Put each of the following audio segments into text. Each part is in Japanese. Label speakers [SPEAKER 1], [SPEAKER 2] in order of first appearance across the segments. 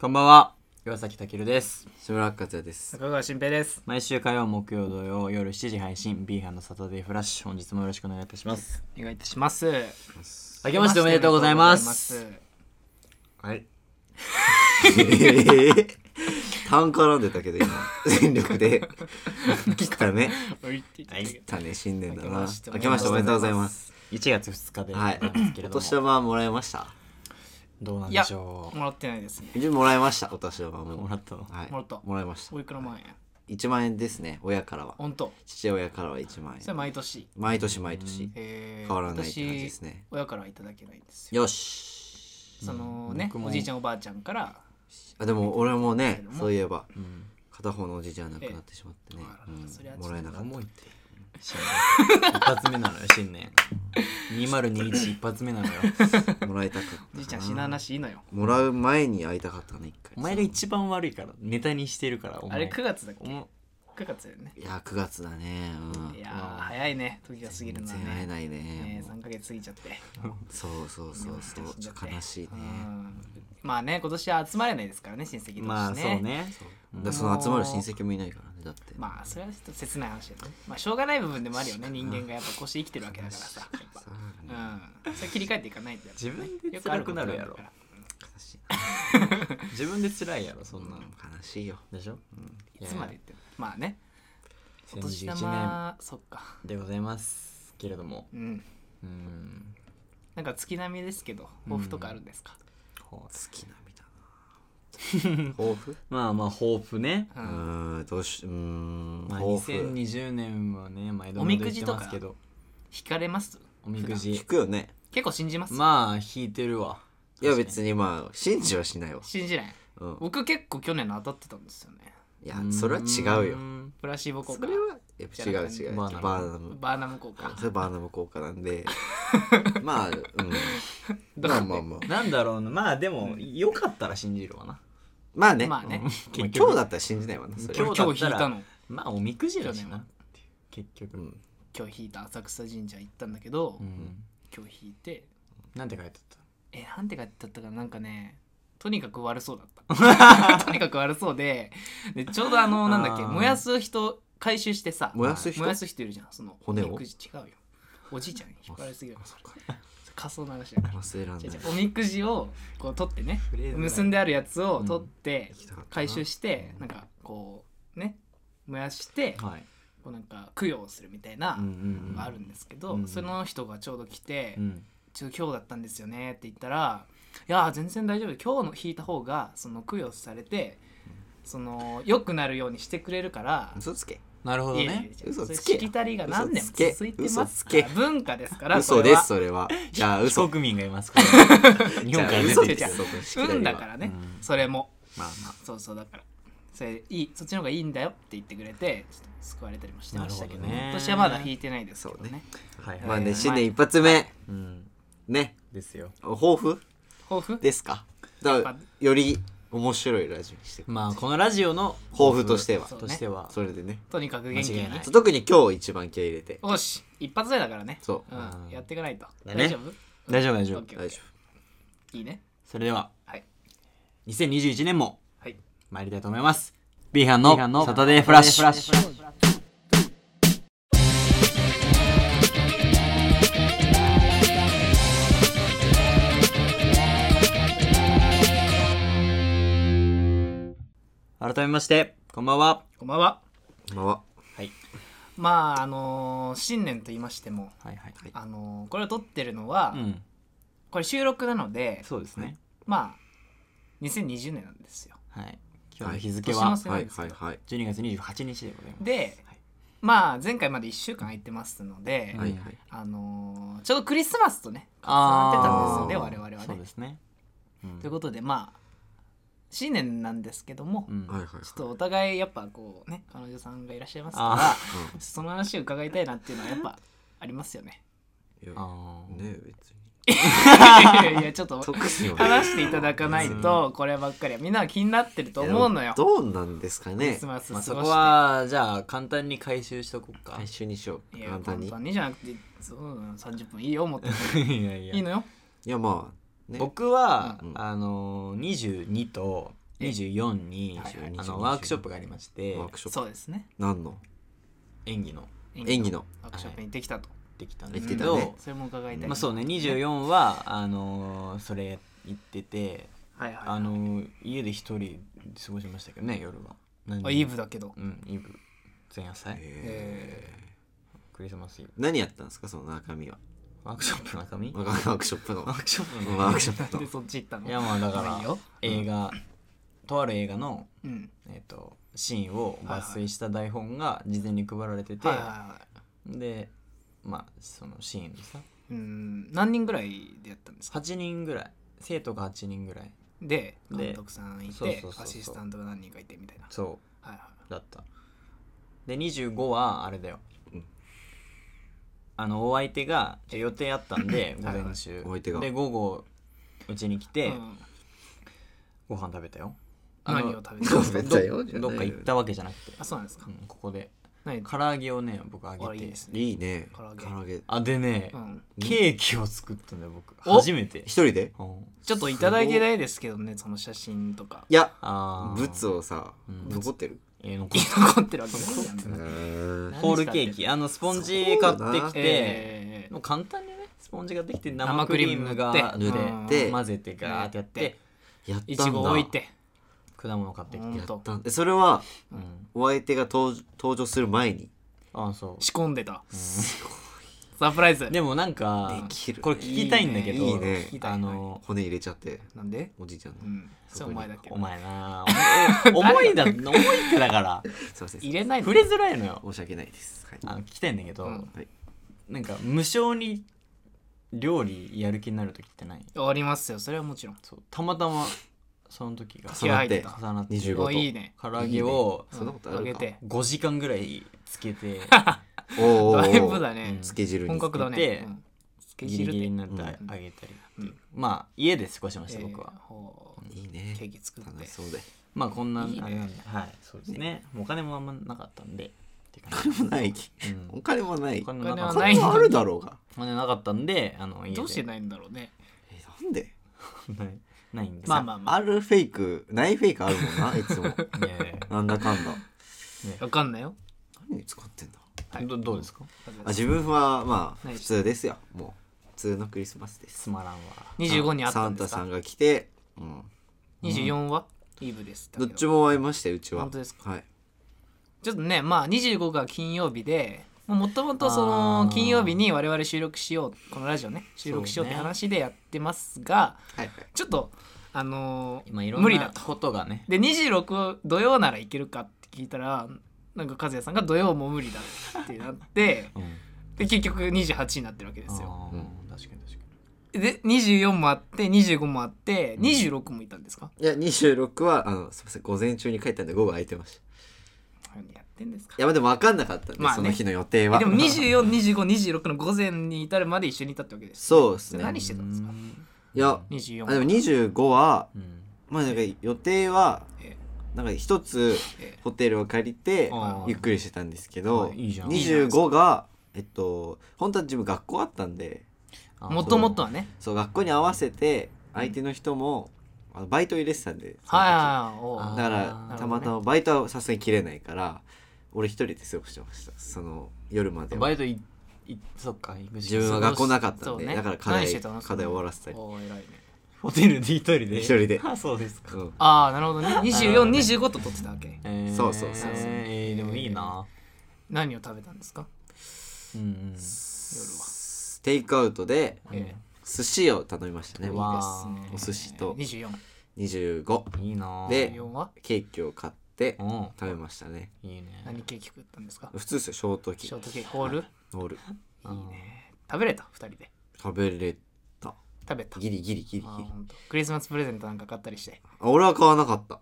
[SPEAKER 1] こんばんは岩崎健です
[SPEAKER 2] 島村克也です。
[SPEAKER 3] 中川新平です。
[SPEAKER 1] 毎週火曜木曜土曜夜7時配信 B 班のサタデーフラッシュ本日もよろしくお願いいたします
[SPEAKER 3] お願いいたします。
[SPEAKER 1] 明けましておめでとうございます
[SPEAKER 3] お
[SPEAKER 2] はい。えー単絡んでたけど今、全力で。来たね。
[SPEAKER 3] めでとうございます。
[SPEAKER 2] 来たね、新年だな。明け
[SPEAKER 3] 明けま
[SPEAKER 2] ま
[SPEAKER 3] し
[SPEAKER 2] してて
[SPEAKER 3] お
[SPEAKER 2] おめ
[SPEAKER 3] め
[SPEAKER 2] で
[SPEAKER 3] でと
[SPEAKER 2] と
[SPEAKER 3] う
[SPEAKER 2] う
[SPEAKER 3] ご
[SPEAKER 2] ご
[SPEAKER 3] ざ
[SPEAKER 2] ざ
[SPEAKER 3] い
[SPEAKER 2] い
[SPEAKER 3] ま
[SPEAKER 2] ます。
[SPEAKER 1] 1月2日で
[SPEAKER 2] は
[SPEAKER 1] なん
[SPEAKER 2] い
[SPEAKER 1] ですけ。れども、
[SPEAKER 2] お年玉もらいました。
[SPEAKER 1] どうなん
[SPEAKER 3] い
[SPEAKER 1] で
[SPEAKER 3] や
[SPEAKER 1] しょ
[SPEAKER 3] もらってないですね。
[SPEAKER 2] 一応もらいました、お年玉
[SPEAKER 1] う
[SPEAKER 2] も。
[SPEAKER 1] もらったの
[SPEAKER 2] はい。
[SPEAKER 3] もらった
[SPEAKER 2] もらいました
[SPEAKER 3] お。いくら万円
[SPEAKER 2] 1万円ですね、親からは。
[SPEAKER 3] 本当
[SPEAKER 2] 父親からは1万
[SPEAKER 3] それ
[SPEAKER 2] 円。
[SPEAKER 3] 毎年。
[SPEAKER 2] 毎年毎年。
[SPEAKER 3] 変
[SPEAKER 2] 変わらないって感じですね
[SPEAKER 3] 親からはいただけないんですよ。
[SPEAKER 2] よし。
[SPEAKER 3] そのね、
[SPEAKER 1] 僕も
[SPEAKER 3] おじいちゃんおばあちゃんから、
[SPEAKER 2] あ、でも俺もね
[SPEAKER 3] けど、も
[SPEAKER 2] そういえば、
[SPEAKER 1] ん
[SPEAKER 2] 片方のおじいちゃん亡くなってしまってね
[SPEAKER 3] ええ。そりゃ
[SPEAKER 2] うん
[SPEAKER 3] ちょっと
[SPEAKER 2] もらえなかった。
[SPEAKER 1] 重いって新年一発目なのよ新年2021一発目なのよ
[SPEAKER 2] もらいたかったな。
[SPEAKER 3] おじいちゃん死な話いいのよ。
[SPEAKER 2] もらう前に会いたかったね、一回。
[SPEAKER 1] お前が一番悪いからネタにしてるからお
[SPEAKER 3] あ
[SPEAKER 1] 前
[SPEAKER 3] れ9月だっけ
[SPEAKER 1] おも
[SPEAKER 3] ?9 月だよね。
[SPEAKER 2] いや、9月だね。うん。
[SPEAKER 3] いやー、早いね。時が過ぎる
[SPEAKER 2] 全
[SPEAKER 3] のは
[SPEAKER 2] 然会え
[SPEAKER 3] ね。
[SPEAKER 2] ないね
[SPEAKER 3] ね。3ヶ月過ぎちゃって。
[SPEAKER 2] そうそうそうそう。ちょっと悲しいうね。
[SPEAKER 3] んまあね、今年は集まれないですからね、親戚同士ね。
[SPEAKER 1] まあそうね
[SPEAKER 2] だからその集まる親戚もいないからね、だって。
[SPEAKER 3] まあそれはちょっと切ない話だよねまあしょうがない部分でもあるよね人間がやっぱこうして生きてるわけだか らさやっぱ
[SPEAKER 2] さあね
[SPEAKER 3] うんそれ切り替えていかないとやっぱね
[SPEAKER 1] 自分で
[SPEAKER 3] よくあ
[SPEAKER 1] 辛くなるや
[SPEAKER 3] こ
[SPEAKER 1] ろ
[SPEAKER 3] とんだ
[SPEAKER 2] 悲しい。
[SPEAKER 1] 自分で辛いやろそんなの
[SPEAKER 2] 悲しいよ。
[SPEAKER 1] でしょ
[SPEAKER 3] からいつまで言ってもまあねお年
[SPEAKER 1] 2021年
[SPEAKER 3] 玉そっか
[SPEAKER 1] でございますけれども
[SPEAKER 3] うん
[SPEAKER 1] うん
[SPEAKER 3] なんか月並みですけど抱負とかあるんですか
[SPEAKER 1] こう
[SPEAKER 2] 好きなみだな。抱負
[SPEAKER 1] まあまあ抱負ね、
[SPEAKER 3] う
[SPEAKER 2] うんーん、どうし、うーん、
[SPEAKER 1] まあ、
[SPEAKER 2] 抱負。
[SPEAKER 1] 2020年はね毎度毎度言ってますけど
[SPEAKER 3] 引かれます
[SPEAKER 1] おみくじ
[SPEAKER 2] 聞くよね。
[SPEAKER 3] 結構信じます
[SPEAKER 1] まあ引いてるわ
[SPEAKER 2] いや、別にまあ、信じはしないわ。
[SPEAKER 3] 信じない
[SPEAKER 2] うん。
[SPEAKER 3] 僕結構去年の当たってたんですよね
[SPEAKER 2] いや、それは違うよ。
[SPEAKER 3] プラシーボ効
[SPEAKER 2] そ
[SPEAKER 3] 果
[SPEAKER 2] れは、やっぱ違う違う。
[SPEAKER 1] バーナ
[SPEAKER 2] バ
[SPEAKER 1] ム
[SPEAKER 2] ーナム。
[SPEAKER 3] バーナム効果
[SPEAKER 2] それバーナム効果なんでまあ、うん、
[SPEAKER 3] どう
[SPEAKER 2] まあまあまあ
[SPEAKER 1] なんだろうなまあでもよかったら信じるわな
[SPEAKER 2] まあね,、
[SPEAKER 3] まあね
[SPEAKER 2] 今日だったら信じないわなそれ
[SPEAKER 1] 今
[SPEAKER 2] は
[SPEAKER 1] 日だ
[SPEAKER 3] 今
[SPEAKER 1] っ
[SPEAKER 3] 日
[SPEAKER 1] た
[SPEAKER 3] 引い
[SPEAKER 1] ら
[SPEAKER 3] たの
[SPEAKER 1] まあおみくじだし
[SPEAKER 3] 去年
[SPEAKER 1] な
[SPEAKER 3] は
[SPEAKER 1] っていう結局、
[SPEAKER 2] うん
[SPEAKER 3] 今日引いた浅草神社行ったんだけど
[SPEAKER 1] うん
[SPEAKER 3] 今日引いて
[SPEAKER 1] なんて書いてあっ
[SPEAKER 3] えなんて書いてあったかななんかねとにかく悪そうだった とにかく悪そうででちょうどあのなんだっけ
[SPEAKER 1] あー
[SPEAKER 3] 燃やす人回収してさ
[SPEAKER 2] 燃やす人
[SPEAKER 3] 燃やす人いるじゃんその
[SPEAKER 2] 骨を
[SPEAKER 3] おみくじ違うよおじいちゃんに引っ張られすぎる
[SPEAKER 2] あそっか
[SPEAKER 3] 仮想の話だから
[SPEAKER 2] 忘れらんな
[SPEAKER 3] 違う
[SPEAKER 2] い
[SPEAKER 3] 違うおみくじをこう取ってね
[SPEAKER 1] フレーズない
[SPEAKER 3] 結んであるやつを取って
[SPEAKER 2] 行きたかったな
[SPEAKER 3] 回収してなんかこうね燃やして
[SPEAKER 1] たはい
[SPEAKER 3] こうなんか供養するみたいな
[SPEAKER 1] うん
[SPEAKER 3] の
[SPEAKER 1] うん
[SPEAKER 3] があるんですけど、
[SPEAKER 1] うん
[SPEAKER 3] その人がちょうど来て、
[SPEAKER 1] うんうん
[SPEAKER 3] ちょっと今日だったんですよねって言ったら「いやー全然大丈夫今日の引いた方がその供養されてその良くなるようにしてくれるから」
[SPEAKER 2] 嘘つけ
[SPEAKER 1] なるほど
[SPEAKER 3] いやいやい
[SPEAKER 1] ね
[SPEAKER 3] や
[SPEAKER 2] 嘘
[SPEAKER 3] それ
[SPEAKER 2] つけ
[SPEAKER 3] しきたりが何年も続いて
[SPEAKER 2] 嘘
[SPEAKER 3] ま
[SPEAKER 2] つ
[SPEAKER 3] す
[SPEAKER 2] け
[SPEAKER 3] から文化ですから
[SPEAKER 2] 嘘
[SPEAKER 3] れ
[SPEAKER 2] で
[SPEAKER 3] は
[SPEAKER 2] すそれはじゃあ
[SPEAKER 1] 非
[SPEAKER 2] 嘘
[SPEAKER 1] 国民がいますから 日
[SPEAKER 2] じ
[SPEAKER 1] 本
[SPEAKER 2] ゃ
[SPEAKER 1] から
[SPEAKER 2] あ
[SPEAKER 1] 出
[SPEAKER 2] 嘘
[SPEAKER 1] て
[SPEAKER 2] で
[SPEAKER 1] きた
[SPEAKER 2] す嘘
[SPEAKER 3] 運だからね、
[SPEAKER 1] うん
[SPEAKER 3] それも
[SPEAKER 2] まあまあ
[SPEAKER 3] そうそうだからそれいいそっちの方がいいんだよって言ってくれてちょっと救われたりもしてましたけど
[SPEAKER 1] なるほどね
[SPEAKER 3] 今年はまだ引いてないですけどね
[SPEAKER 1] はいはい
[SPEAKER 2] まあ
[SPEAKER 3] え
[SPEAKER 2] ね
[SPEAKER 3] ー
[SPEAKER 2] 新年一発目
[SPEAKER 1] うん
[SPEAKER 2] ね
[SPEAKER 1] ですよ
[SPEAKER 2] 抱負
[SPEAKER 3] 抱負
[SPEAKER 2] ですかだか
[SPEAKER 3] ま
[SPEAKER 2] ら
[SPEAKER 3] あ
[SPEAKER 2] より面白いラジオにしていく
[SPEAKER 1] まあこのラジオの
[SPEAKER 2] 抱負としては
[SPEAKER 3] そう
[SPEAKER 1] としては
[SPEAKER 2] それでね
[SPEAKER 3] とにかく元気に
[SPEAKER 1] 間違いない
[SPEAKER 3] ね
[SPEAKER 2] そう特に今日一番気合い入れて
[SPEAKER 3] よし一発目だからね
[SPEAKER 2] そうん
[SPEAKER 1] うん
[SPEAKER 3] やっていかないと
[SPEAKER 1] だね
[SPEAKER 3] 大丈夫
[SPEAKER 1] 大丈夫大丈
[SPEAKER 3] オ
[SPEAKER 1] 夫
[SPEAKER 3] ッケーオ
[SPEAKER 2] 大
[SPEAKER 3] ッケ
[SPEAKER 2] 丈夫
[SPEAKER 3] ーいいね
[SPEAKER 1] それでは
[SPEAKER 3] はい
[SPEAKER 1] 2021年も
[SPEAKER 3] はい
[SPEAKER 1] 参りたいと思います B 班のサタデーフラッシュ改めましてこんばんは
[SPEAKER 3] こんばんは
[SPEAKER 2] まあ
[SPEAKER 1] はい
[SPEAKER 3] まああのー新年と言いましても
[SPEAKER 1] はいはいはい
[SPEAKER 3] あのーこれを撮ってるのは、
[SPEAKER 1] うん
[SPEAKER 3] これ収録なので
[SPEAKER 1] そうですね
[SPEAKER 3] まあ2020年なんですよ
[SPEAKER 1] はい今日の日付は
[SPEAKER 3] はい年の瀬
[SPEAKER 2] はいはいはい
[SPEAKER 1] 12月28日でございます
[SPEAKER 3] で、
[SPEAKER 1] はい
[SPEAKER 3] まあ前回まで1週間空いてますので、
[SPEAKER 1] うん
[SPEAKER 2] はいはい
[SPEAKER 3] あのーちょうどクリスマスとね重
[SPEAKER 1] あー
[SPEAKER 3] なってたんですよね我々
[SPEAKER 1] そう
[SPEAKER 3] はね
[SPEAKER 1] ですねうん
[SPEAKER 3] ということでまあ新年なんですけども、
[SPEAKER 1] うん
[SPEAKER 2] はいはい
[SPEAKER 3] ちょっとお互いやっぱこうね彼女さんがいらっしゃいます
[SPEAKER 1] あ
[SPEAKER 3] から
[SPEAKER 2] うん
[SPEAKER 3] その話を伺いたいなっていうのはやっぱありますよね
[SPEAKER 2] いや
[SPEAKER 1] あー
[SPEAKER 2] ね別に
[SPEAKER 3] いやいやちょっと
[SPEAKER 2] 特には
[SPEAKER 3] 話していただかないとこればっかりはみんなが気になってると思うのよ
[SPEAKER 2] どうなんですか
[SPEAKER 3] クリ
[SPEAKER 2] ね
[SPEAKER 3] スマス
[SPEAKER 1] ま
[SPEAKER 3] 過ご
[SPEAKER 1] あ
[SPEAKER 3] して、
[SPEAKER 1] そこはじゃあ簡単に回収しとこうか
[SPEAKER 2] 一緒にしよう
[SPEAKER 3] いや
[SPEAKER 2] 簡単に
[SPEAKER 3] 簡単にじゃなくてそう30分いいよ思って
[SPEAKER 1] いやい
[SPEAKER 3] いいのよ
[SPEAKER 2] いやまあね
[SPEAKER 1] 僕は、
[SPEAKER 2] うん
[SPEAKER 1] あのー、22と24に
[SPEAKER 3] はいはい
[SPEAKER 1] あのワークショップがありまして
[SPEAKER 2] ワークショップ
[SPEAKER 3] そうですね
[SPEAKER 2] 何の
[SPEAKER 1] 演技の
[SPEAKER 2] 演技の
[SPEAKER 3] ワークショップにできたと、
[SPEAKER 1] できたんですけ
[SPEAKER 2] できてた
[SPEAKER 1] ど、
[SPEAKER 2] ね
[SPEAKER 3] それも伺いたい、
[SPEAKER 1] まあ、そうね24はあのーそれ言ってて
[SPEAKER 3] はいはい
[SPEAKER 1] あのー家で一人過ごしましたけどね夜は何
[SPEAKER 3] あイーブだけど
[SPEAKER 1] うんイブ前夜祭
[SPEAKER 2] えー
[SPEAKER 1] クリスマスイブ
[SPEAKER 2] 何やったんですかその中身は
[SPEAKER 1] ワークショップの中身
[SPEAKER 2] ワークショップの
[SPEAKER 1] ワークショップ
[SPEAKER 2] ワ
[SPEAKER 1] の
[SPEAKER 2] ークショ
[SPEAKER 3] な
[SPEAKER 2] ップ
[SPEAKER 3] ん で
[SPEAKER 2] の
[SPEAKER 3] そっち行ったの
[SPEAKER 1] いやまあだ
[SPEAKER 3] まあいい
[SPEAKER 1] から
[SPEAKER 3] よ
[SPEAKER 1] 映画とある映画の
[SPEAKER 3] うん
[SPEAKER 1] えっとシーンを抜粋した台本が事前に配られてて
[SPEAKER 3] はいはいはい
[SPEAKER 1] でまあそのシーンでさ
[SPEAKER 3] うん何人ぐらいでやったんですか
[SPEAKER 1] 8人ぐらい生徒が8人ぐらい
[SPEAKER 3] で
[SPEAKER 1] で
[SPEAKER 3] 監督さんい
[SPEAKER 1] そうそう
[SPEAKER 3] て
[SPEAKER 1] そうそう
[SPEAKER 3] アシスタントが何人かいてみたいな
[SPEAKER 1] そ
[SPEAKER 3] はいは
[SPEAKER 1] うだったで25はあれだよ、
[SPEAKER 2] うん
[SPEAKER 1] あのお相手がちょ予定あったんで午前中
[SPEAKER 2] お相手が
[SPEAKER 1] で午後うちに来
[SPEAKER 3] い
[SPEAKER 1] て、
[SPEAKER 3] うん
[SPEAKER 1] ご飯食べたよあの
[SPEAKER 3] 何を食べ
[SPEAKER 2] どう食べ
[SPEAKER 3] てた
[SPEAKER 2] たよじゃ
[SPEAKER 1] ど
[SPEAKER 2] ない
[SPEAKER 1] どっか行ったわけじゃなくて、
[SPEAKER 3] あそうなんですか
[SPEAKER 1] うんここで
[SPEAKER 3] 何
[SPEAKER 1] 唐揚げをね僕あげ
[SPEAKER 3] あ
[SPEAKER 1] て
[SPEAKER 3] いいですね
[SPEAKER 2] いいね
[SPEAKER 3] 唐揚げ
[SPEAKER 2] 唐揚げ
[SPEAKER 1] あでね、
[SPEAKER 3] うん
[SPEAKER 1] ケーキを作ったんだよ僕
[SPEAKER 3] お
[SPEAKER 1] 初めて
[SPEAKER 2] 一、人で
[SPEAKER 1] うん
[SPEAKER 3] ちょっといただいてないですけどねその写真とか
[SPEAKER 2] いや
[SPEAKER 1] あ
[SPEAKER 2] ブツ
[SPEAKER 1] を
[SPEAKER 2] をさ
[SPEAKER 1] うん
[SPEAKER 2] 残ってる
[SPEAKER 3] 残ってるわけですよね
[SPEAKER 2] へ
[SPEAKER 1] ホールケーキあのスポンジ買ってきて、
[SPEAKER 3] え
[SPEAKER 1] もう簡単にねスポンジができて
[SPEAKER 3] 生
[SPEAKER 1] 生
[SPEAKER 3] ク
[SPEAKER 1] ク
[SPEAKER 3] リ
[SPEAKER 1] リ
[SPEAKER 3] ー
[SPEAKER 1] ー
[SPEAKER 3] ム
[SPEAKER 1] ム
[SPEAKER 3] 塗
[SPEAKER 1] が
[SPEAKER 3] って
[SPEAKER 1] 塗って
[SPEAKER 2] うん
[SPEAKER 1] 混ぜてガーってやって
[SPEAKER 2] ーやったんだ
[SPEAKER 3] いちご置いて
[SPEAKER 1] 果物買ってき
[SPEAKER 3] ほ
[SPEAKER 1] て
[SPEAKER 3] ん
[SPEAKER 2] やっ
[SPEAKER 3] と
[SPEAKER 2] たんでそれは
[SPEAKER 1] うん
[SPEAKER 2] お相手が登登場する前に
[SPEAKER 1] あそ
[SPEAKER 3] 仕込んでた
[SPEAKER 1] う
[SPEAKER 3] サプライズ
[SPEAKER 1] うんでもなんか
[SPEAKER 2] できる
[SPEAKER 1] これ聞きたいんだけど
[SPEAKER 2] いいね
[SPEAKER 3] 聞きたい
[SPEAKER 1] あの
[SPEAKER 2] 骨入れちゃって
[SPEAKER 3] なんで
[SPEAKER 2] おじいちゃんの
[SPEAKER 3] うんそれお前だけ
[SPEAKER 1] お前 なお前重いだ重いってだから
[SPEAKER 2] すいません
[SPEAKER 3] 入れないの
[SPEAKER 1] 触れづらいのよ
[SPEAKER 2] 申し訳ないですはい
[SPEAKER 1] あの聞きたいんだけど、
[SPEAKER 3] うん
[SPEAKER 2] はい
[SPEAKER 1] なんか無性に料理やる気になる時ってない
[SPEAKER 3] ありますよそれはもちろん
[SPEAKER 1] そうたまたまその時が
[SPEAKER 2] 重なっ
[SPEAKER 3] 気合入って
[SPEAKER 2] て
[SPEAKER 3] た
[SPEAKER 1] 重なって
[SPEAKER 2] 25
[SPEAKER 3] お
[SPEAKER 2] と
[SPEAKER 3] いいね
[SPEAKER 1] 唐揚げを
[SPEAKER 2] そんなことあ
[SPEAKER 3] うん
[SPEAKER 2] るか
[SPEAKER 3] げて
[SPEAKER 1] 5時間ぐらいつけて
[SPEAKER 2] おーお
[SPEAKER 3] だ
[SPEAKER 2] ー
[SPEAKER 3] いぶだ
[SPEAKER 1] う
[SPEAKER 3] ね
[SPEAKER 1] ん
[SPEAKER 2] つけ汁に
[SPEAKER 3] 本格だ
[SPEAKER 1] で
[SPEAKER 3] ねうんス ケ
[SPEAKER 1] ギ
[SPEAKER 3] ジュ
[SPEAKER 1] リ
[SPEAKER 3] ール
[SPEAKER 1] ギリ
[SPEAKER 3] で
[SPEAKER 1] になってあ
[SPEAKER 3] うん
[SPEAKER 1] げたりっていう
[SPEAKER 3] うん
[SPEAKER 1] まあ家で過ごしました
[SPEAKER 3] えー
[SPEAKER 1] 僕は
[SPEAKER 3] ほう
[SPEAKER 2] いいね
[SPEAKER 3] ケーキ作っ
[SPEAKER 2] 楽
[SPEAKER 3] て
[SPEAKER 2] しそうで
[SPEAKER 1] まあこんない
[SPEAKER 3] いね
[SPEAKER 1] あれなんではいそうですねもうお金もあんまなかったんでっていう感
[SPEAKER 2] お金もないき
[SPEAKER 1] じうん
[SPEAKER 2] お金もない
[SPEAKER 1] お
[SPEAKER 2] お
[SPEAKER 1] 金
[SPEAKER 3] お
[SPEAKER 1] もなか
[SPEAKER 3] 金は
[SPEAKER 1] っ
[SPEAKER 3] な
[SPEAKER 1] た
[SPEAKER 3] い
[SPEAKER 2] 金もあるだろうが
[SPEAKER 1] お金なかったんであの家で
[SPEAKER 3] どうして
[SPEAKER 1] ない
[SPEAKER 3] ないんだろうね
[SPEAKER 2] えなんで
[SPEAKER 1] ないんで
[SPEAKER 3] まあ
[SPEAKER 1] さ
[SPEAKER 3] まあまあ
[SPEAKER 2] あるフェイクないフェイクあるもんないつ も
[SPEAKER 1] いやいやい
[SPEAKER 2] なんだかんだ
[SPEAKER 3] わかんないよ
[SPEAKER 2] 何に使ってん だ
[SPEAKER 1] やどどうですか
[SPEAKER 2] あ自分はまあ
[SPEAKER 3] ない
[SPEAKER 2] 普
[SPEAKER 3] です
[SPEAKER 2] 通ですよもう普通のクリスマスです
[SPEAKER 1] つまらんわ
[SPEAKER 3] 25にあったんで
[SPEAKER 2] サンタ
[SPEAKER 3] す
[SPEAKER 2] さ
[SPEAKER 3] か
[SPEAKER 2] んが来て、うん、
[SPEAKER 3] 24はイーブです
[SPEAKER 2] どっちも会いましたようちは
[SPEAKER 3] 本当です
[SPEAKER 2] かはい
[SPEAKER 3] ちょっとねまあ25が金曜日でもともとそ
[SPEAKER 1] あ
[SPEAKER 3] の
[SPEAKER 1] ー
[SPEAKER 3] 金曜日に我々収録しようこのラジオね収録しようって
[SPEAKER 1] そうね
[SPEAKER 3] 話でやってますが、
[SPEAKER 2] はい
[SPEAKER 3] ちょっとあのー
[SPEAKER 1] まあいろ
[SPEAKER 3] 無
[SPEAKER 1] ん
[SPEAKER 3] 理だ
[SPEAKER 1] な
[SPEAKER 3] と
[SPEAKER 1] ことがね
[SPEAKER 3] で26土曜ならいけるかって聞いたらなんか和也さんが土曜も無理だってなって
[SPEAKER 1] うん
[SPEAKER 3] で結局28になってるわけですよ
[SPEAKER 1] あー
[SPEAKER 2] うん
[SPEAKER 1] 確かに確かに
[SPEAKER 3] で24もあって25もあって26もいたんですか、
[SPEAKER 2] いや26はあのすみません午前中に帰ったんで午後空いてましたい
[SPEAKER 3] 何やってんですか
[SPEAKER 2] やまあでも分かんなかったんで、
[SPEAKER 3] まあね
[SPEAKER 2] その日の予定は
[SPEAKER 3] でも242526の午前に至るまで一緒にいたってわけです
[SPEAKER 2] そうですね
[SPEAKER 3] 何してたんですか
[SPEAKER 2] いや
[SPEAKER 3] 24
[SPEAKER 2] あでも25は
[SPEAKER 1] うん
[SPEAKER 2] まあなんか予定は
[SPEAKER 3] え
[SPEAKER 2] なんか一つ
[SPEAKER 3] え
[SPEAKER 2] ホテルを借りて
[SPEAKER 1] あー
[SPEAKER 2] ゆっくりしてたんですけど
[SPEAKER 1] あいいじゃん
[SPEAKER 2] 25がえっと本当は自分学校あったんで
[SPEAKER 1] あ
[SPEAKER 3] もともとはね
[SPEAKER 2] そう学校に合わせて相手の人も、あのバイト入れてたんでその時
[SPEAKER 3] はいおう
[SPEAKER 1] あー
[SPEAKER 2] だか
[SPEAKER 1] なるほど
[SPEAKER 2] ら
[SPEAKER 1] ね
[SPEAKER 2] たまたまバイトはさすがに切れないから俺一人で過ごしてましたその夜までは
[SPEAKER 1] バイトいいそっか行くし
[SPEAKER 2] 自分は学校なかった
[SPEAKER 3] そ
[SPEAKER 2] ん
[SPEAKER 3] う
[SPEAKER 2] で、
[SPEAKER 3] ね
[SPEAKER 2] だから課題
[SPEAKER 3] 何してたの
[SPEAKER 2] 課題終わらせたり、
[SPEAKER 3] おー偉いね
[SPEAKER 1] ホテルで一人で
[SPEAKER 2] 一人で
[SPEAKER 1] あそうですか
[SPEAKER 2] うん、
[SPEAKER 3] ああなるほどね2425と取ってたわけ
[SPEAKER 1] えー
[SPEAKER 2] そうそうそうそう
[SPEAKER 1] えーでもいいな
[SPEAKER 3] 何を食べたんですか
[SPEAKER 1] うんうん
[SPEAKER 2] テイクアウトで
[SPEAKER 3] え
[SPEAKER 2] 寿司を頼みましたね
[SPEAKER 1] うわ
[SPEAKER 3] ー
[SPEAKER 2] お寿司と
[SPEAKER 3] 24
[SPEAKER 2] 25
[SPEAKER 1] いいな
[SPEAKER 2] で
[SPEAKER 3] 24は
[SPEAKER 2] ケーキを買って
[SPEAKER 1] うん
[SPEAKER 2] 食べましたね
[SPEAKER 1] いいね
[SPEAKER 3] 何ケーキ食ったんですか
[SPEAKER 2] 普通ですよショートケ
[SPEAKER 3] シ
[SPEAKER 2] ー
[SPEAKER 3] ョー
[SPEAKER 2] キ
[SPEAKER 3] トケーキホール
[SPEAKER 2] ロール
[SPEAKER 1] うん
[SPEAKER 3] いいね食べれた2人で
[SPEAKER 2] 食べれた
[SPEAKER 3] 食べた
[SPEAKER 2] ギリギリギリギリ
[SPEAKER 3] あーほんとクリスマスプレゼントなんか買ったりして
[SPEAKER 2] あ俺は買わなかった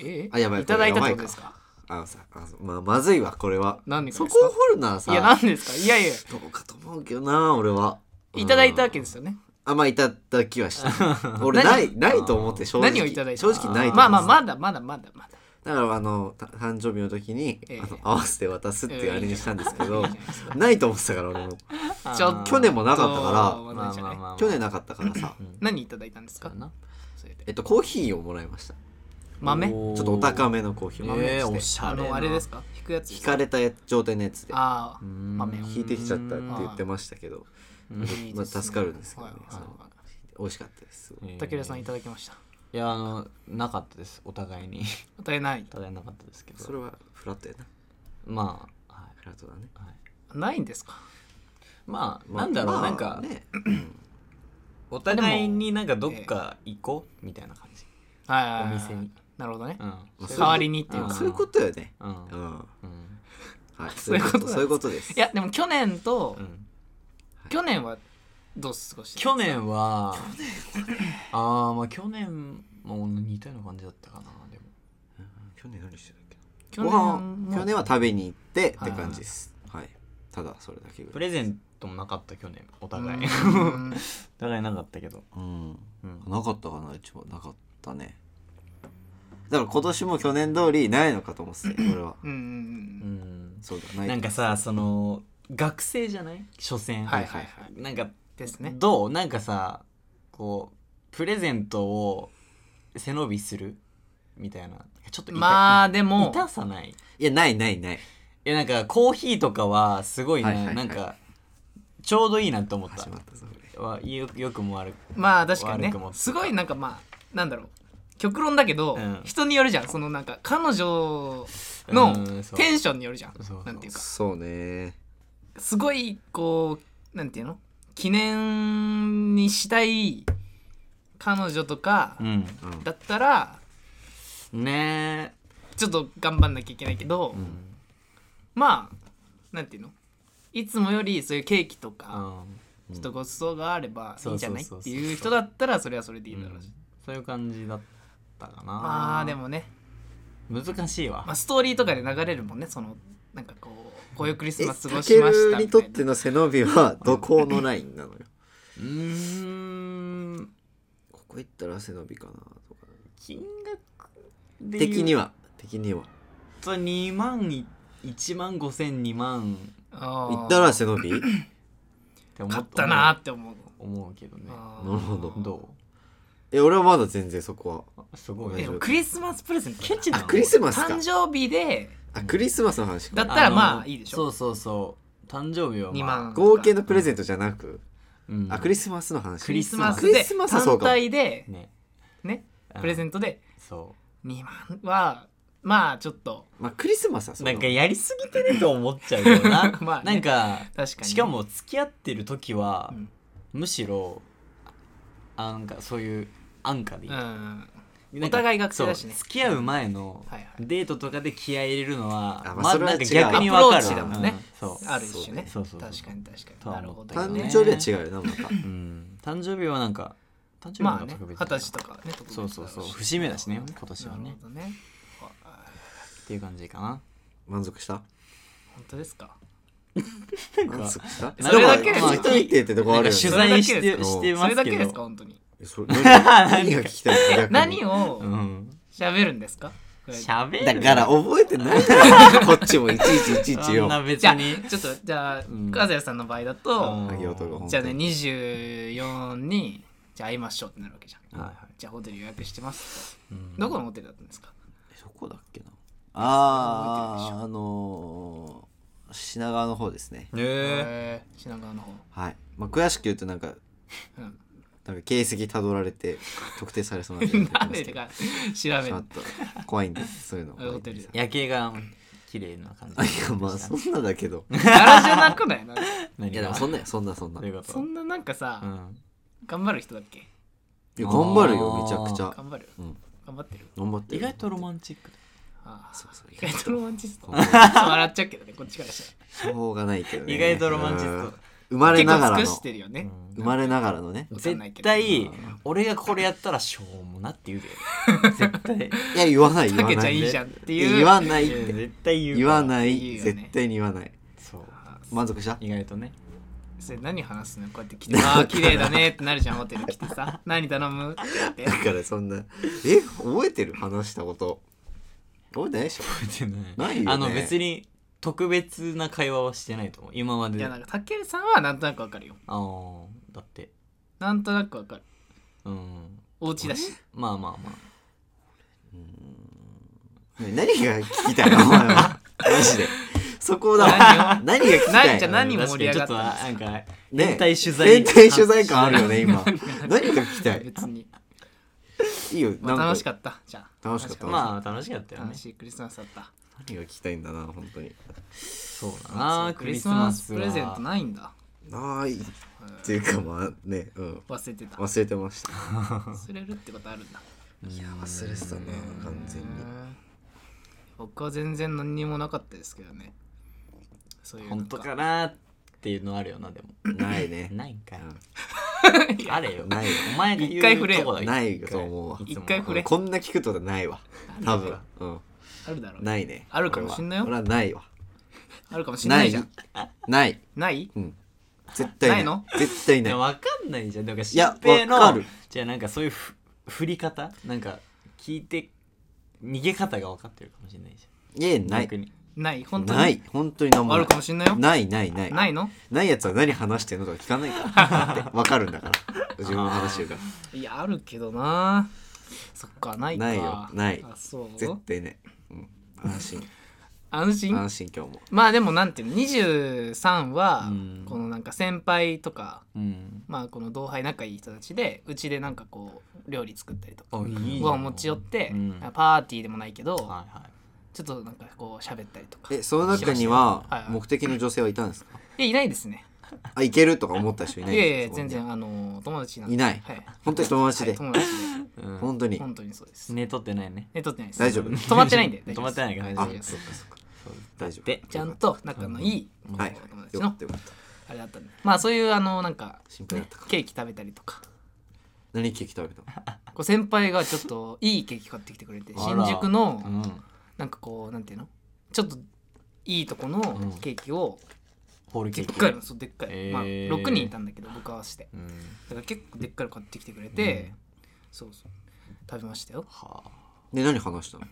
[SPEAKER 3] え
[SPEAKER 2] あやばい
[SPEAKER 3] いただいた
[SPEAKER 2] こ
[SPEAKER 3] って
[SPEAKER 2] れやばい
[SPEAKER 3] こと
[SPEAKER 2] か
[SPEAKER 3] ですか
[SPEAKER 2] あのさあのまあ、まずいわこれは
[SPEAKER 3] 何がです
[SPEAKER 2] そ
[SPEAKER 3] か
[SPEAKER 2] こを掘るならさ
[SPEAKER 3] いや何ですかいやいや
[SPEAKER 2] どうかと思うけどな俺はい
[SPEAKER 3] ただいたわけですすよね
[SPEAKER 2] あまあいただきはした 俺ないないと思って正直
[SPEAKER 3] 何をいただいた
[SPEAKER 2] 正直ないと思って
[SPEAKER 3] まあまあまだまだまだまだ
[SPEAKER 2] だからあのた誕生日の時に、
[SPEAKER 3] ええ
[SPEAKER 2] あの合わせて渡すっていうあれにしたんですけど、
[SPEAKER 3] いいじゃないですか
[SPEAKER 2] ないと思ってたから 俺も
[SPEAKER 3] ちょっと
[SPEAKER 2] 去年もなかった
[SPEAKER 3] そ
[SPEAKER 2] か
[SPEAKER 3] う
[SPEAKER 1] ま
[SPEAKER 3] な
[SPEAKER 1] あ
[SPEAKER 3] んじゃ
[SPEAKER 1] まあ
[SPEAKER 3] ない
[SPEAKER 1] まあ
[SPEAKER 2] ら去年なかったからさ
[SPEAKER 1] うん
[SPEAKER 3] 何いただいたんです
[SPEAKER 1] そ
[SPEAKER 3] か
[SPEAKER 1] うだな
[SPEAKER 3] それで
[SPEAKER 2] えっとコーヒーをもらいました
[SPEAKER 3] 豆
[SPEAKER 1] ちょ
[SPEAKER 2] ちょっとお高めのコーヒーを
[SPEAKER 1] 豆えーおしゃ
[SPEAKER 3] あ
[SPEAKER 1] れな
[SPEAKER 3] のあれですか引くやつで
[SPEAKER 2] 引
[SPEAKER 3] すか
[SPEAKER 2] かれたや状態のやつで
[SPEAKER 3] ああ豆
[SPEAKER 1] 豆
[SPEAKER 3] を
[SPEAKER 2] 引いてきちゃったって言ってましたけど
[SPEAKER 3] いい
[SPEAKER 2] まあ
[SPEAKER 3] ですね
[SPEAKER 2] 助かるんですけどね
[SPEAKER 3] はい
[SPEAKER 2] その美味しかったです
[SPEAKER 3] 武田さんいただきました
[SPEAKER 1] いやあのなかったですお互いに
[SPEAKER 3] 与えない
[SPEAKER 1] お互いなかったですけど
[SPEAKER 2] それはフラットやな
[SPEAKER 1] まあはい
[SPEAKER 2] フラットだね
[SPEAKER 1] はい
[SPEAKER 3] ないんですか
[SPEAKER 1] まあ
[SPEAKER 2] まあ
[SPEAKER 1] なんだろう
[SPEAKER 2] まあ
[SPEAKER 1] なんか
[SPEAKER 2] ね
[SPEAKER 1] お互いになんかどっか行こうみたいな感じ
[SPEAKER 3] はいはいはいはい
[SPEAKER 1] お店に
[SPEAKER 3] なるほどね
[SPEAKER 1] うん
[SPEAKER 3] 代わりにっていう
[SPEAKER 1] か
[SPEAKER 2] あそういうことよね
[SPEAKER 1] うん
[SPEAKER 2] うん
[SPEAKER 1] うん
[SPEAKER 2] はい
[SPEAKER 3] そういうこと
[SPEAKER 2] そういうことです
[SPEAKER 3] いやでも去年と
[SPEAKER 1] うん
[SPEAKER 3] 去年はどう過ごして
[SPEAKER 1] 去年はああまあ去年も似たような感じだったかなでも
[SPEAKER 2] 去年何してたっけ
[SPEAKER 3] 去
[SPEAKER 2] ご
[SPEAKER 3] 年
[SPEAKER 2] 飯
[SPEAKER 3] も
[SPEAKER 2] を去年は食べに行ってって感じですはいただそれだけぐ
[SPEAKER 1] プ
[SPEAKER 2] らい
[SPEAKER 1] レゼントもなかった去年 お互い
[SPEAKER 3] うん
[SPEAKER 1] お互いなかったけど
[SPEAKER 2] うん
[SPEAKER 1] うん
[SPEAKER 2] なかったかなうちもなかったねだから今年も去年通りないのかと思ってた よ俺は
[SPEAKER 3] うんうん
[SPEAKER 1] う
[SPEAKER 3] うん
[SPEAKER 1] ん
[SPEAKER 2] そうだない
[SPEAKER 1] なんかさその学生じゃない所詮
[SPEAKER 3] はいはいはい
[SPEAKER 1] なんか
[SPEAKER 3] ですね
[SPEAKER 1] どうなんかさこうプレゼントを背伸びするみたいなちょっと痛い
[SPEAKER 3] まあでも
[SPEAKER 1] 痛さないい
[SPEAKER 2] いやないないない
[SPEAKER 1] やなんかコーヒーとかはすごいな、
[SPEAKER 2] はいはいはい
[SPEAKER 1] なんかちょうどいいなと思っ
[SPEAKER 2] 始まったそれ
[SPEAKER 1] たはよよくも悪く
[SPEAKER 3] まあ確かにね
[SPEAKER 1] 悪くも
[SPEAKER 3] すごいなんかまあなんだろう極論だけど、
[SPEAKER 1] うん
[SPEAKER 3] 人によるじゃんそのなんか彼女の
[SPEAKER 1] うんそう
[SPEAKER 3] テンションによるじゃん、
[SPEAKER 1] そうそう
[SPEAKER 3] なんていうか
[SPEAKER 2] そうね
[SPEAKER 3] すごいこうなんていうの記念にしたい彼女とか
[SPEAKER 1] うん
[SPEAKER 3] だったら、
[SPEAKER 1] ね
[SPEAKER 3] ちょっと頑張んなきゃいけないけど、
[SPEAKER 1] えうん、
[SPEAKER 3] まあなんていうのいつもよりそういうケーキとか、
[SPEAKER 1] うん
[SPEAKER 3] ちょっとごちそうがあればいいんじゃない
[SPEAKER 1] そう
[SPEAKER 3] っ
[SPEAKER 1] そう
[SPEAKER 3] て
[SPEAKER 1] そうそう
[SPEAKER 3] いう人だったらそれはそれでいいだろうし、
[SPEAKER 1] そういう感じだったかな
[SPEAKER 3] まあでもね
[SPEAKER 1] 難しいわ、
[SPEAKER 3] まあ、ストーリーとかで流れるもんねそのなんかこうこういうクリス
[SPEAKER 2] え
[SPEAKER 3] マス過ご
[SPEAKER 2] た
[SPEAKER 3] し
[SPEAKER 2] け
[SPEAKER 3] まし
[SPEAKER 2] る
[SPEAKER 3] たみ
[SPEAKER 2] に
[SPEAKER 3] た
[SPEAKER 2] と
[SPEAKER 3] い
[SPEAKER 2] っ
[SPEAKER 3] な
[SPEAKER 2] ての背伸びはどこのラインなのよ
[SPEAKER 1] うーん
[SPEAKER 2] ここ行ったら背伸びかなとか
[SPEAKER 1] 金額で言う
[SPEAKER 2] 的には的には
[SPEAKER 1] と2万い1万5千2万
[SPEAKER 3] あー
[SPEAKER 2] 行ったら背伸び
[SPEAKER 1] って思
[SPEAKER 3] 勝ったなーって思う
[SPEAKER 1] 思うけどね
[SPEAKER 3] あー
[SPEAKER 2] なるほど
[SPEAKER 1] ど
[SPEAKER 2] え俺はまだ全然そこは
[SPEAKER 1] うすご
[SPEAKER 2] 大
[SPEAKER 1] い
[SPEAKER 3] で
[SPEAKER 2] 丈夫
[SPEAKER 3] もクリスマスプレゼント
[SPEAKER 1] ケチな
[SPEAKER 2] あ
[SPEAKER 1] の
[SPEAKER 2] クリスマスか
[SPEAKER 3] 誕生日で
[SPEAKER 2] あクリスマスの話か
[SPEAKER 3] だったら
[SPEAKER 1] の
[SPEAKER 3] まあいいでしょ
[SPEAKER 1] そうそうそう誕生日は、まあ、
[SPEAKER 3] 2万
[SPEAKER 2] 合計のプレゼントじゃなく、
[SPEAKER 1] うん
[SPEAKER 2] あクリスマスの話
[SPEAKER 1] ク
[SPEAKER 3] ク
[SPEAKER 1] リ
[SPEAKER 3] リ
[SPEAKER 1] ス
[SPEAKER 3] ス
[SPEAKER 1] マ
[SPEAKER 3] マ
[SPEAKER 1] ス
[SPEAKER 3] ス
[SPEAKER 2] クリ
[SPEAKER 3] で
[SPEAKER 2] スマスはそう
[SPEAKER 3] 単
[SPEAKER 2] かも
[SPEAKER 3] 体で
[SPEAKER 1] ね
[SPEAKER 3] ね
[SPEAKER 1] うん
[SPEAKER 3] プレゼントで
[SPEAKER 1] そ
[SPEAKER 3] 2万はまあちょっと
[SPEAKER 2] まあクリスマスは
[SPEAKER 1] う
[SPEAKER 2] そう
[SPEAKER 1] な
[SPEAKER 2] だ
[SPEAKER 1] んかやりすぎてねと思っちゃうよな
[SPEAKER 3] まあ
[SPEAKER 1] なん
[SPEAKER 3] ね
[SPEAKER 1] か
[SPEAKER 3] 確かに
[SPEAKER 1] しかも付き合ってる時は、
[SPEAKER 3] うん
[SPEAKER 1] むしろあなんかそういう安価でいい、
[SPEAKER 3] うん
[SPEAKER 1] なんか
[SPEAKER 3] お互い学生だしね
[SPEAKER 1] そう付き合う前の
[SPEAKER 3] はいはい
[SPEAKER 1] デートとかで気合い入れるのは、
[SPEAKER 2] あまあ
[SPEAKER 1] まあ、
[SPEAKER 2] それは
[SPEAKER 1] なんか
[SPEAKER 2] 違う
[SPEAKER 1] 逆にわか
[SPEAKER 3] アプロ
[SPEAKER 1] る
[SPEAKER 3] ーチだもんね
[SPEAKER 1] うんそう
[SPEAKER 3] ある一種ね
[SPEAKER 1] そうそうそう
[SPEAKER 3] 確かに確
[SPEAKER 1] と
[SPEAKER 3] かに
[SPEAKER 1] は
[SPEAKER 3] なる
[SPEAKER 1] 思
[SPEAKER 3] ほ
[SPEAKER 1] っ
[SPEAKER 3] ど
[SPEAKER 1] たよね
[SPEAKER 2] 誕生日は違うよなまた
[SPEAKER 1] うん誕生日はなんか誕生日
[SPEAKER 3] まあ
[SPEAKER 1] は
[SPEAKER 3] ね
[SPEAKER 1] 特別
[SPEAKER 3] 二十
[SPEAKER 1] だな
[SPEAKER 3] 歳とかね特別だろし
[SPEAKER 1] そうそうそう節目だしね今年は
[SPEAKER 3] な
[SPEAKER 1] ね
[SPEAKER 3] るほどねあ
[SPEAKER 1] っていう感じかな
[SPEAKER 2] 満足した
[SPEAKER 3] 本当ですか
[SPEAKER 2] 満足した
[SPEAKER 3] それだけ
[SPEAKER 2] でもまあ人見てってとこあるよね
[SPEAKER 1] 取材し
[SPEAKER 3] それだけ
[SPEAKER 1] て
[SPEAKER 2] か
[SPEAKER 3] です
[SPEAKER 1] して
[SPEAKER 3] そ
[SPEAKER 1] ま
[SPEAKER 3] れ
[SPEAKER 1] す
[SPEAKER 3] だけ
[SPEAKER 1] け
[SPEAKER 3] ですか
[SPEAKER 1] ど
[SPEAKER 3] 本当に
[SPEAKER 2] えそれ何が
[SPEAKER 1] なんか
[SPEAKER 2] 何が聞きたいの逆に
[SPEAKER 3] 何を
[SPEAKER 1] うん
[SPEAKER 3] 喋るんですか
[SPEAKER 1] 喋る
[SPEAKER 2] だから覚えてないからこっちもいちいちいちい
[SPEAKER 1] そ
[SPEAKER 2] ち
[SPEAKER 1] ん
[SPEAKER 2] よ
[SPEAKER 1] な別
[SPEAKER 3] じゃあ
[SPEAKER 1] に
[SPEAKER 3] ちょっとじゃあ
[SPEAKER 1] うん
[SPEAKER 3] 和也さんの場合だと
[SPEAKER 1] うん
[SPEAKER 2] あげ男本当に
[SPEAKER 3] じゃあね24にじゃあ会いましょうってなるわけじゃん
[SPEAKER 1] はいはい
[SPEAKER 3] じゃあホテル予約してます
[SPEAKER 1] うん
[SPEAKER 3] どこのホテルだったんですか
[SPEAKER 2] えどこだっけなあああのー品川の方ですね
[SPEAKER 1] え
[SPEAKER 3] えー品川の方
[SPEAKER 2] はい、まあ、悔しく言うとなんか
[SPEAKER 3] うん
[SPEAKER 2] なんか形跡たどられて特定されそうなんで
[SPEAKER 3] なんでか調べ
[SPEAKER 2] ちょっ
[SPEAKER 3] る
[SPEAKER 2] と怖いんでそういうの
[SPEAKER 3] ホテルで
[SPEAKER 1] 夜景が綺麗な感じ
[SPEAKER 2] あいやまあそんなだけど
[SPEAKER 3] 柄じゃなくないなんか
[SPEAKER 1] 何
[SPEAKER 2] い
[SPEAKER 1] が
[SPEAKER 2] やでもそんなよそんなそんな
[SPEAKER 1] どう
[SPEAKER 2] い
[SPEAKER 1] い
[SPEAKER 2] や
[SPEAKER 1] うこと
[SPEAKER 3] そんななんか
[SPEAKER 1] う
[SPEAKER 3] さ
[SPEAKER 1] ん
[SPEAKER 3] 頑張る人だっけ
[SPEAKER 2] 頑張るよめちゃくちゃ
[SPEAKER 3] 頑張る
[SPEAKER 2] うん
[SPEAKER 3] 頑張ってる
[SPEAKER 2] 頑張って
[SPEAKER 1] 意
[SPEAKER 2] る
[SPEAKER 1] 外とロマンチックだ
[SPEAKER 3] ああ
[SPEAKER 2] そうそう
[SPEAKER 3] 意外とロマンチスト
[SPEAKER 2] 頑張る
[SPEAKER 3] 笑っちゃうけどねこっちからしたら
[SPEAKER 2] しょうがないけどね
[SPEAKER 1] 意外とロマンチスト
[SPEAKER 2] うん生まれながらの
[SPEAKER 3] 結構尽くしてるよね
[SPEAKER 2] 生まれながらのね
[SPEAKER 3] わかんないけ
[SPEAKER 1] 絶
[SPEAKER 3] ど
[SPEAKER 1] 対俺がこれやったらしょうもなって言うで 絶対
[SPEAKER 2] いや言わない言
[SPEAKER 3] か
[SPEAKER 2] わ
[SPEAKER 3] けち
[SPEAKER 2] な
[SPEAKER 3] ゃ
[SPEAKER 2] い
[SPEAKER 3] いいじゃん
[SPEAKER 2] っ
[SPEAKER 3] っていう
[SPEAKER 2] 言わない
[SPEAKER 1] い
[SPEAKER 2] っ
[SPEAKER 1] や
[SPEAKER 2] て
[SPEAKER 1] 絶対言う
[SPEAKER 2] 言わ
[SPEAKER 1] い
[SPEAKER 2] ない
[SPEAKER 3] いよね
[SPEAKER 2] い絶対に言わない
[SPEAKER 1] そう
[SPEAKER 2] 満足した
[SPEAKER 1] 意外とね
[SPEAKER 3] それ何話すのこうやって来て「ああ綺麗だね」ってなるじゃんホテル来てさ「何頼む?」って言って
[SPEAKER 2] だからそんなえ覚えてる話したこと覚えてないでしょ
[SPEAKER 1] 覚えて ない
[SPEAKER 2] ないよね
[SPEAKER 1] あの別に特別な会話はしてないと思う今ま
[SPEAKER 3] い
[SPEAKER 1] で
[SPEAKER 3] や
[SPEAKER 1] あ
[SPEAKER 3] なんかたけるさんはなんとなくわかるよ
[SPEAKER 1] あーだって
[SPEAKER 3] なんとなくわかる
[SPEAKER 1] うん
[SPEAKER 3] お家だし
[SPEAKER 1] まあまあまあ
[SPEAKER 2] 何が聞きたい のお前はマジでそこだわ何が聞きた
[SPEAKER 3] 何
[SPEAKER 2] い
[SPEAKER 3] じゃあ何盛り上がっ
[SPEAKER 1] 確
[SPEAKER 3] た
[SPEAKER 1] かにちょっとなん
[SPEAKER 3] んですか
[SPEAKER 1] か
[SPEAKER 2] ね
[SPEAKER 1] 連帯取材
[SPEAKER 2] 連帯取材感あるよね今何が聞きた い
[SPEAKER 3] 別に、
[SPEAKER 2] いいよ
[SPEAKER 3] まあ、楽しか
[SPEAKER 2] っ
[SPEAKER 3] ったじゃあ
[SPEAKER 2] 楽しかった
[SPEAKER 1] まあ楽しかったよね
[SPEAKER 3] 楽しいクリスマスだった
[SPEAKER 2] た何が聞きたいんだな本当に
[SPEAKER 1] そうだな
[SPEAKER 3] そうクリスマスプレゼント
[SPEAKER 1] な
[SPEAKER 3] ないんだ
[SPEAKER 2] ないっていうかまあねうん
[SPEAKER 3] 忘れてた
[SPEAKER 2] 忘れてました
[SPEAKER 3] 忘れるってことあるんだ
[SPEAKER 2] いや忘れてたね完全に
[SPEAKER 3] 僕は全然何にもなかったですけどねそういうのが
[SPEAKER 1] 本当かなっていうのあるよなでも
[SPEAKER 2] ないね
[SPEAKER 1] ないんかい あれよ
[SPEAKER 2] ないよ
[SPEAKER 1] お前が
[SPEAKER 3] 一
[SPEAKER 1] 言
[SPEAKER 3] 回触
[SPEAKER 1] う
[SPEAKER 3] れよ
[SPEAKER 1] とこだ
[SPEAKER 2] ないと思うわ
[SPEAKER 1] いつも
[SPEAKER 3] 一回触れ
[SPEAKER 2] うんこんな聞くとかないわ多分うん
[SPEAKER 3] あるだろう
[SPEAKER 2] ないね
[SPEAKER 3] あるかもしんないよ
[SPEAKER 2] 俺は俺はないわ
[SPEAKER 3] あるかもしれないじゃん
[SPEAKER 2] ない
[SPEAKER 3] ない
[SPEAKER 2] うん絶対
[SPEAKER 3] ないの
[SPEAKER 2] 絶対
[SPEAKER 1] い
[SPEAKER 2] ない
[SPEAKER 1] やわかんないじゃんなんか
[SPEAKER 2] い
[SPEAKER 1] 新
[SPEAKER 2] や
[SPEAKER 1] 平
[SPEAKER 2] わか
[SPEAKER 1] の
[SPEAKER 2] る
[SPEAKER 1] じゃあなんかそういうふ振り方なんか聞いて逃げ方が分かってるかもしれないじ
[SPEAKER 2] いや
[SPEAKER 1] ゃん
[SPEAKER 2] ない
[SPEAKER 1] 逆に
[SPEAKER 3] ない本当に
[SPEAKER 2] ない本当に何も
[SPEAKER 3] あるかもしんないよ
[SPEAKER 2] ないないない
[SPEAKER 3] ないの
[SPEAKER 2] ないやつは何話してんのとか聞かないから だってわかるんだから自分の話言うから
[SPEAKER 3] いやあるけどなそっかないか
[SPEAKER 2] ないよない
[SPEAKER 3] あそう
[SPEAKER 2] 絶対ねうん安心
[SPEAKER 3] 安心
[SPEAKER 2] 安心今日も
[SPEAKER 3] まあでもなんていうの23は
[SPEAKER 1] うん
[SPEAKER 3] このなんか先輩とか
[SPEAKER 1] うん
[SPEAKER 3] まあこの同輩仲いい人たちでうちでなんかこう料理作ったりとか
[SPEAKER 1] あいいじゃん
[SPEAKER 3] ご飯持ち寄って
[SPEAKER 1] うん
[SPEAKER 3] パーティーでもないけど
[SPEAKER 1] はいはい
[SPEAKER 3] ちょっとなんかこう喋ったりとか
[SPEAKER 2] えその中に
[SPEAKER 3] はい
[SPEAKER 2] は
[SPEAKER 3] はい
[SPEAKER 2] 目的の女性はいたんですか
[SPEAKER 3] いやいないですね
[SPEAKER 2] あいけるとか思った人いない
[SPEAKER 3] い
[SPEAKER 2] ん
[SPEAKER 3] や
[SPEAKER 2] ですかそ
[SPEAKER 3] いや
[SPEAKER 2] こに
[SPEAKER 3] 全然あの友達なんで
[SPEAKER 2] いない
[SPEAKER 3] はい
[SPEAKER 2] 本当に友達
[SPEAKER 3] はい
[SPEAKER 2] で
[SPEAKER 3] 友達
[SPEAKER 1] うん
[SPEAKER 2] 本当
[SPEAKER 3] で
[SPEAKER 2] に
[SPEAKER 3] 本当にそうですね
[SPEAKER 1] ね撮ってないね
[SPEAKER 3] 撮ってないです
[SPEAKER 2] 大丈夫
[SPEAKER 3] 止まってないんで大
[SPEAKER 1] 止
[SPEAKER 3] 丈夫
[SPEAKER 1] まっ
[SPEAKER 3] です
[SPEAKER 1] てないから
[SPEAKER 2] あ
[SPEAKER 1] 大丈夫
[SPEAKER 2] そっかそっか
[SPEAKER 1] そう
[SPEAKER 2] 大丈夫
[SPEAKER 1] で
[SPEAKER 3] ちゃんと仲のいいもう
[SPEAKER 2] はい
[SPEAKER 3] 友達
[SPEAKER 2] よか
[SPEAKER 3] の
[SPEAKER 2] ったよかった
[SPEAKER 3] あれだったんでまあそういうあのなんか
[SPEAKER 2] 心配だったから
[SPEAKER 3] ケーキ食べたりとか
[SPEAKER 2] 何ケーキ食べたの
[SPEAKER 3] こう先輩がちょっといいケーキ買ってきてくれて
[SPEAKER 1] あ
[SPEAKER 3] 新
[SPEAKER 1] ら
[SPEAKER 3] 宿の
[SPEAKER 1] うん
[SPEAKER 3] なんかこうなんていうのちょっといいとこのケーキを
[SPEAKER 1] ホールケ
[SPEAKER 3] でっ
[SPEAKER 1] ーキ
[SPEAKER 3] かいのそうでっかい、
[SPEAKER 1] えー
[SPEAKER 3] まあ、6人いたんだけど僕合わせて
[SPEAKER 1] うん
[SPEAKER 3] だから結構でっかいの買ってきてくれて、
[SPEAKER 1] うん
[SPEAKER 3] そうそう食べましたよ
[SPEAKER 1] はあ
[SPEAKER 2] で何話したの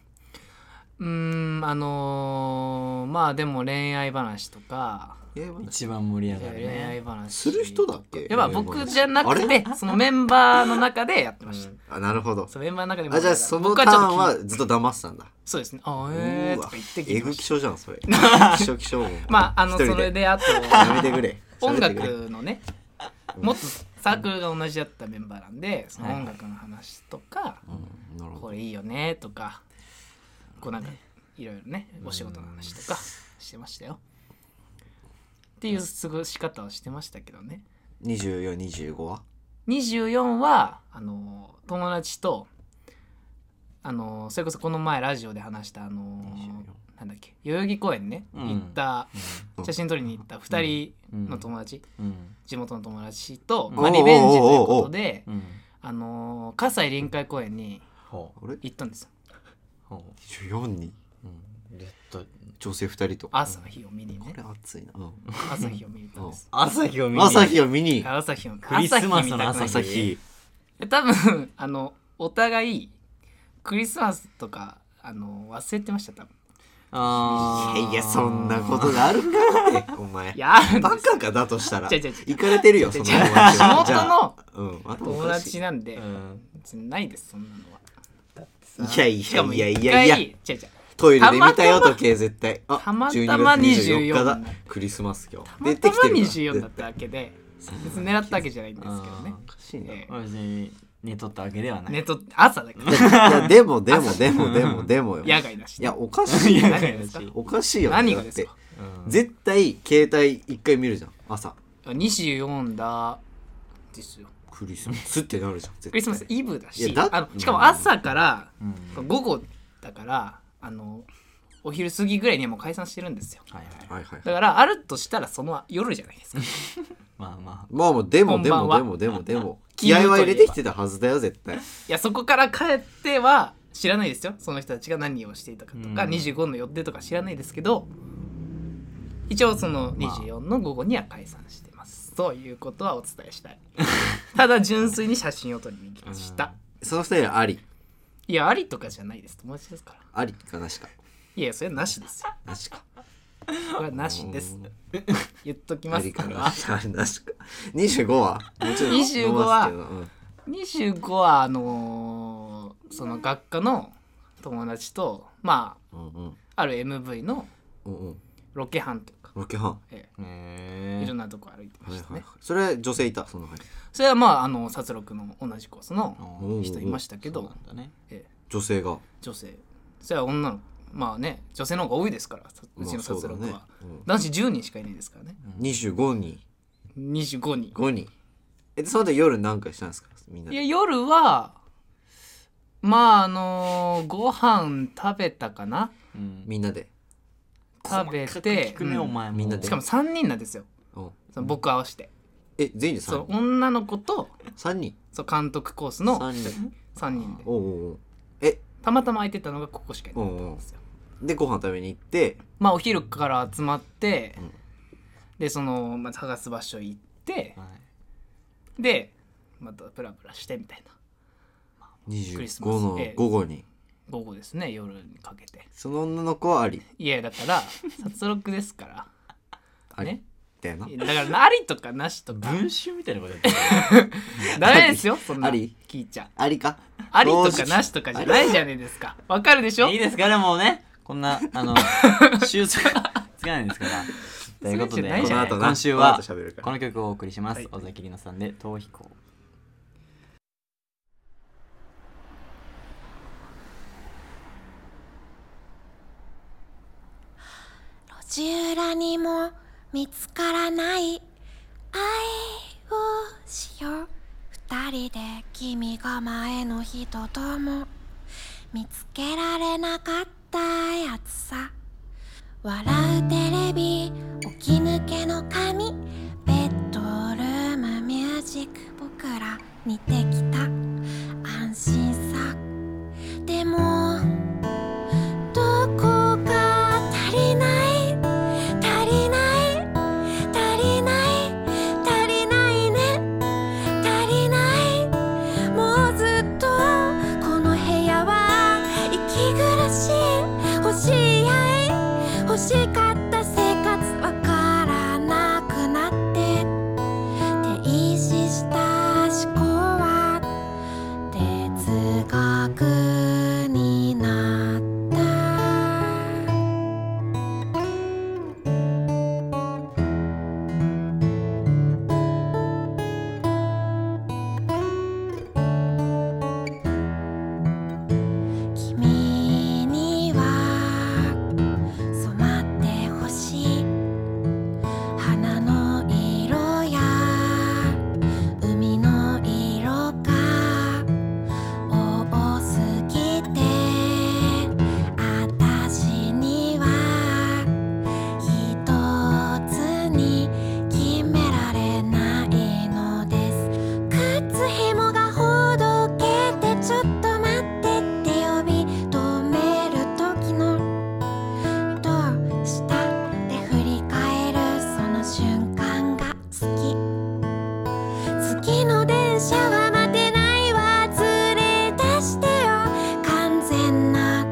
[SPEAKER 3] うーんあのーまあでも恋愛話とか
[SPEAKER 2] えー
[SPEAKER 1] 一番盛り上
[SPEAKER 3] 恋
[SPEAKER 1] がる
[SPEAKER 3] 愛
[SPEAKER 1] ね
[SPEAKER 3] 話
[SPEAKER 2] する人だっけ
[SPEAKER 3] やっぱ僕じゃなくてそのメンバーの中でやってました、
[SPEAKER 2] あなるほど
[SPEAKER 3] そのメンバーの中でも
[SPEAKER 2] あじゃあその
[SPEAKER 3] 僕
[SPEAKER 2] タ
[SPEAKER 3] はち
[SPEAKER 2] ーン
[SPEAKER 3] ょっと聞い
[SPEAKER 2] はずっと騙してたんだ
[SPEAKER 3] そうですねあえ
[SPEAKER 2] う
[SPEAKER 3] ー
[SPEAKER 2] わ
[SPEAKER 3] とか言って
[SPEAKER 2] え
[SPEAKER 3] き
[SPEAKER 2] ぐ
[SPEAKER 3] ま
[SPEAKER 2] 気
[SPEAKER 3] し
[SPEAKER 2] 象じゃんそ れ気象気象
[SPEAKER 3] たまああの
[SPEAKER 2] 一
[SPEAKER 3] そ
[SPEAKER 2] 人で
[SPEAKER 3] れで あと
[SPEAKER 2] やめてくれ
[SPEAKER 3] 音
[SPEAKER 2] やめてくれ
[SPEAKER 3] 楽のねもっとサークルが同じだったメンバーなんでその音楽の話とか、
[SPEAKER 2] うんなるほ
[SPEAKER 3] こ
[SPEAKER 2] ど
[SPEAKER 3] れいいよねとかこうなんかいろいろねお仕事の話とかしてましたよっていう過ごし方をしてましたけどね
[SPEAKER 2] 2425は
[SPEAKER 3] 24はあの友達とあのそれこそこの前ラジオで話したあのなんだっけ代々木公園ね、
[SPEAKER 1] うん
[SPEAKER 3] 行った
[SPEAKER 2] うん
[SPEAKER 3] 写真撮りに行った2人の友達、
[SPEAKER 1] うん
[SPEAKER 3] 地元の友達と、
[SPEAKER 1] うん
[SPEAKER 3] まあ、リベンジということで
[SPEAKER 1] うん
[SPEAKER 3] あのー葛西臨海公園に
[SPEAKER 1] ほう
[SPEAKER 2] あれ
[SPEAKER 3] 行ったんですよ
[SPEAKER 1] ほ
[SPEAKER 2] 24に
[SPEAKER 1] ううんやっと
[SPEAKER 2] 女性2人と
[SPEAKER 3] 朝日を見に
[SPEAKER 2] こ
[SPEAKER 3] ね
[SPEAKER 2] れ熱いな
[SPEAKER 3] 朝日を見に行ったんです
[SPEAKER 1] 朝日を見に
[SPEAKER 2] 朝日を見に
[SPEAKER 3] 朝日を
[SPEAKER 1] クリスマスの
[SPEAKER 3] 朝
[SPEAKER 2] 朝
[SPEAKER 3] 日
[SPEAKER 2] 日
[SPEAKER 3] 見たくない多分あのお互いクリスマスとかあの忘れてました多分
[SPEAKER 1] あ
[SPEAKER 2] い
[SPEAKER 1] ー
[SPEAKER 2] やいやそんなことがあるか ってお前
[SPEAKER 3] いやあるんで
[SPEAKER 2] バ
[SPEAKER 3] す
[SPEAKER 2] カかだとしたら
[SPEAKER 3] 違う違う違う
[SPEAKER 2] 行かれてるよその友達
[SPEAKER 3] 地
[SPEAKER 2] はじ
[SPEAKER 3] 元
[SPEAKER 2] ゃあ
[SPEAKER 3] の
[SPEAKER 2] うん頭お
[SPEAKER 3] 友
[SPEAKER 2] かしい
[SPEAKER 3] 達なんで、
[SPEAKER 1] うん
[SPEAKER 3] 別にないですそんなのはい
[SPEAKER 2] やい
[SPEAKER 3] しかも一
[SPEAKER 2] や
[SPEAKER 3] 回
[SPEAKER 2] いやいやいや
[SPEAKER 3] 違う違う
[SPEAKER 2] トイレで見たよ時計絶対あ
[SPEAKER 3] たまたま
[SPEAKER 2] 12月日だ
[SPEAKER 3] 24
[SPEAKER 2] クリスマス今日
[SPEAKER 3] たまたま24だったわけで別に狙ったわけじゃないんですけどね
[SPEAKER 2] おかしいな
[SPEAKER 3] ええ
[SPEAKER 1] まあ別に寝とったわけではない
[SPEAKER 3] ネット朝だから
[SPEAKER 2] いやで もでもでもでもでもよ
[SPEAKER 3] 野外だし
[SPEAKER 2] いやお かしい よ
[SPEAKER 3] 何がですか
[SPEAKER 2] おかしいよね
[SPEAKER 3] 何が
[SPEAKER 2] だ
[SPEAKER 3] で
[SPEAKER 2] っ
[SPEAKER 3] す
[SPEAKER 2] て
[SPEAKER 3] か
[SPEAKER 1] うん
[SPEAKER 2] 絶対携帯一回見るじゃん朝
[SPEAKER 3] 24だですよ
[SPEAKER 2] クリスマスってなるじゃん絶対
[SPEAKER 3] クリスマスイブだ
[SPEAKER 2] い
[SPEAKER 3] し
[SPEAKER 2] やだ
[SPEAKER 3] あのしかも朝から
[SPEAKER 1] うん
[SPEAKER 3] 午後だからあのお昼過ぎぐらいにはもう解散してるんですよ
[SPEAKER 1] はいはい
[SPEAKER 2] はいはい
[SPEAKER 3] だからあるとしたらその夜じゃないですか
[SPEAKER 1] まあま
[SPEAKER 2] まあまあでも
[SPEAKER 3] こん
[SPEAKER 2] で
[SPEAKER 3] ばん
[SPEAKER 2] も
[SPEAKER 3] は
[SPEAKER 2] でもでもでも気合は入れてきてたはずだよ絶対
[SPEAKER 3] いやそこから帰っては知らないですよその人たちが何をしていたかとか
[SPEAKER 1] うん
[SPEAKER 3] 25の予定とか知らないですけど一応その24の午後には解散してますということはお伝えし たいただ純粋に写真を撮りに来ました
[SPEAKER 2] その二人はあり
[SPEAKER 3] いやありとかじゃないです友達ですから
[SPEAKER 2] ありかなしか
[SPEAKER 3] いやそれはなしですよ
[SPEAKER 2] なしか
[SPEAKER 3] これはなしです
[SPEAKER 2] うん
[SPEAKER 3] 言っとき
[SPEAKER 2] あ
[SPEAKER 3] ます
[SPEAKER 2] り
[SPEAKER 3] か
[SPEAKER 2] からなしかなしか25はもちろん
[SPEAKER 3] 25は
[SPEAKER 2] 飲ますけどうん
[SPEAKER 3] 25はあのーその学科の友達とま
[SPEAKER 2] うんうん
[SPEAKER 3] あある MV の
[SPEAKER 2] うんうん
[SPEAKER 3] ロケハンとか、
[SPEAKER 2] ロケハン
[SPEAKER 3] ええ
[SPEAKER 1] え
[SPEAKER 3] いろんなとこ歩いてま
[SPEAKER 2] はい
[SPEAKER 3] した
[SPEAKER 2] はい
[SPEAKER 3] ね、
[SPEAKER 2] はいそれ女性いたその中に
[SPEAKER 3] それはまああの殺戮の同じコースの
[SPEAKER 2] うん
[SPEAKER 3] 人いましたけど、
[SPEAKER 1] そうなんだね
[SPEAKER 3] ええ
[SPEAKER 2] 女性が
[SPEAKER 3] 女性それは女のまあね女性の方が多いですからさうちの殺戮は、
[SPEAKER 2] まあそうだねうん
[SPEAKER 3] 男子10人しかいないですからね
[SPEAKER 2] 25人
[SPEAKER 3] 25人
[SPEAKER 2] 5人えでその後夜何回したんですかみんないで
[SPEAKER 3] や夜はまああのーご飯食べたかな
[SPEAKER 1] うん
[SPEAKER 2] みんなで
[SPEAKER 3] 食べて
[SPEAKER 1] 細かく聞くね
[SPEAKER 3] うん
[SPEAKER 1] お前
[SPEAKER 2] みんなで
[SPEAKER 3] しかも3人なんですよ
[SPEAKER 2] うん
[SPEAKER 3] その僕合わせて、
[SPEAKER 2] え全員で
[SPEAKER 3] そう
[SPEAKER 2] 3人
[SPEAKER 3] 女の子と
[SPEAKER 2] 3人
[SPEAKER 3] そう監督コースの
[SPEAKER 2] 三人
[SPEAKER 3] 3人で
[SPEAKER 2] おうおうおうえ
[SPEAKER 3] たまたま空いてたのがここしかいなかったんですよ
[SPEAKER 2] でご飯食べに行って
[SPEAKER 3] まあお昼から集まって、
[SPEAKER 2] うん
[SPEAKER 3] でその、まあ、探す場所行って
[SPEAKER 1] はい
[SPEAKER 3] でまたプラプラしてみたいなクリス
[SPEAKER 2] 25
[SPEAKER 3] マス
[SPEAKER 2] の
[SPEAKER 3] ええ
[SPEAKER 2] 午後に
[SPEAKER 3] 午後ですね夜にかけて
[SPEAKER 2] その女の子はあり
[SPEAKER 3] いやだから 殺戮ですから
[SPEAKER 2] あり
[SPEAKER 3] ね
[SPEAKER 2] だよな
[SPEAKER 3] だからありとかなしとか
[SPEAKER 1] 文集みたいなことやってる
[SPEAKER 3] ダメですよそんな
[SPEAKER 2] あり
[SPEAKER 3] 聞いちゃ
[SPEAKER 2] ありか
[SPEAKER 3] ありと
[SPEAKER 2] 正
[SPEAKER 3] か
[SPEAKER 2] 直
[SPEAKER 3] なしとかじゃないじゃないですかわかるでしょ
[SPEAKER 1] いいですかでもねこんなあの収束つかないですからということ
[SPEAKER 3] それじ
[SPEAKER 1] で
[SPEAKER 3] ゃないじゃない
[SPEAKER 2] この後な
[SPEAKER 1] 今週は
[SPEAKER 2] この後喋るから
[SPEAKER 1] この曲をお送りします、
[SPEAKER 3] はい
[SPEAKER 1] 尾崎里奈さんで逃避行
[SPEAKER 4] 路地裏にも見つからない愛をしよう二人で君が前の人とも見つけられなかったやつさ笑うテレビ起き抜けの髪ベッドルームミュージック僕ら似てきた安心さでもどこか足りない足りない足りない足りないね足りないもうずっとこの部屋は息苦しい欲しい愛欲しかった生活わからなくなって停止した思考は哲学になった君には染まってほしい花の色や海の色が多すぎてあたしにはひとつに決められないのです靴ひもがほどけてちょっと待ってって呼び止める時のどうしたって振り返るその瞬間が好き次の電車は待てないわ連れ出してよ完全な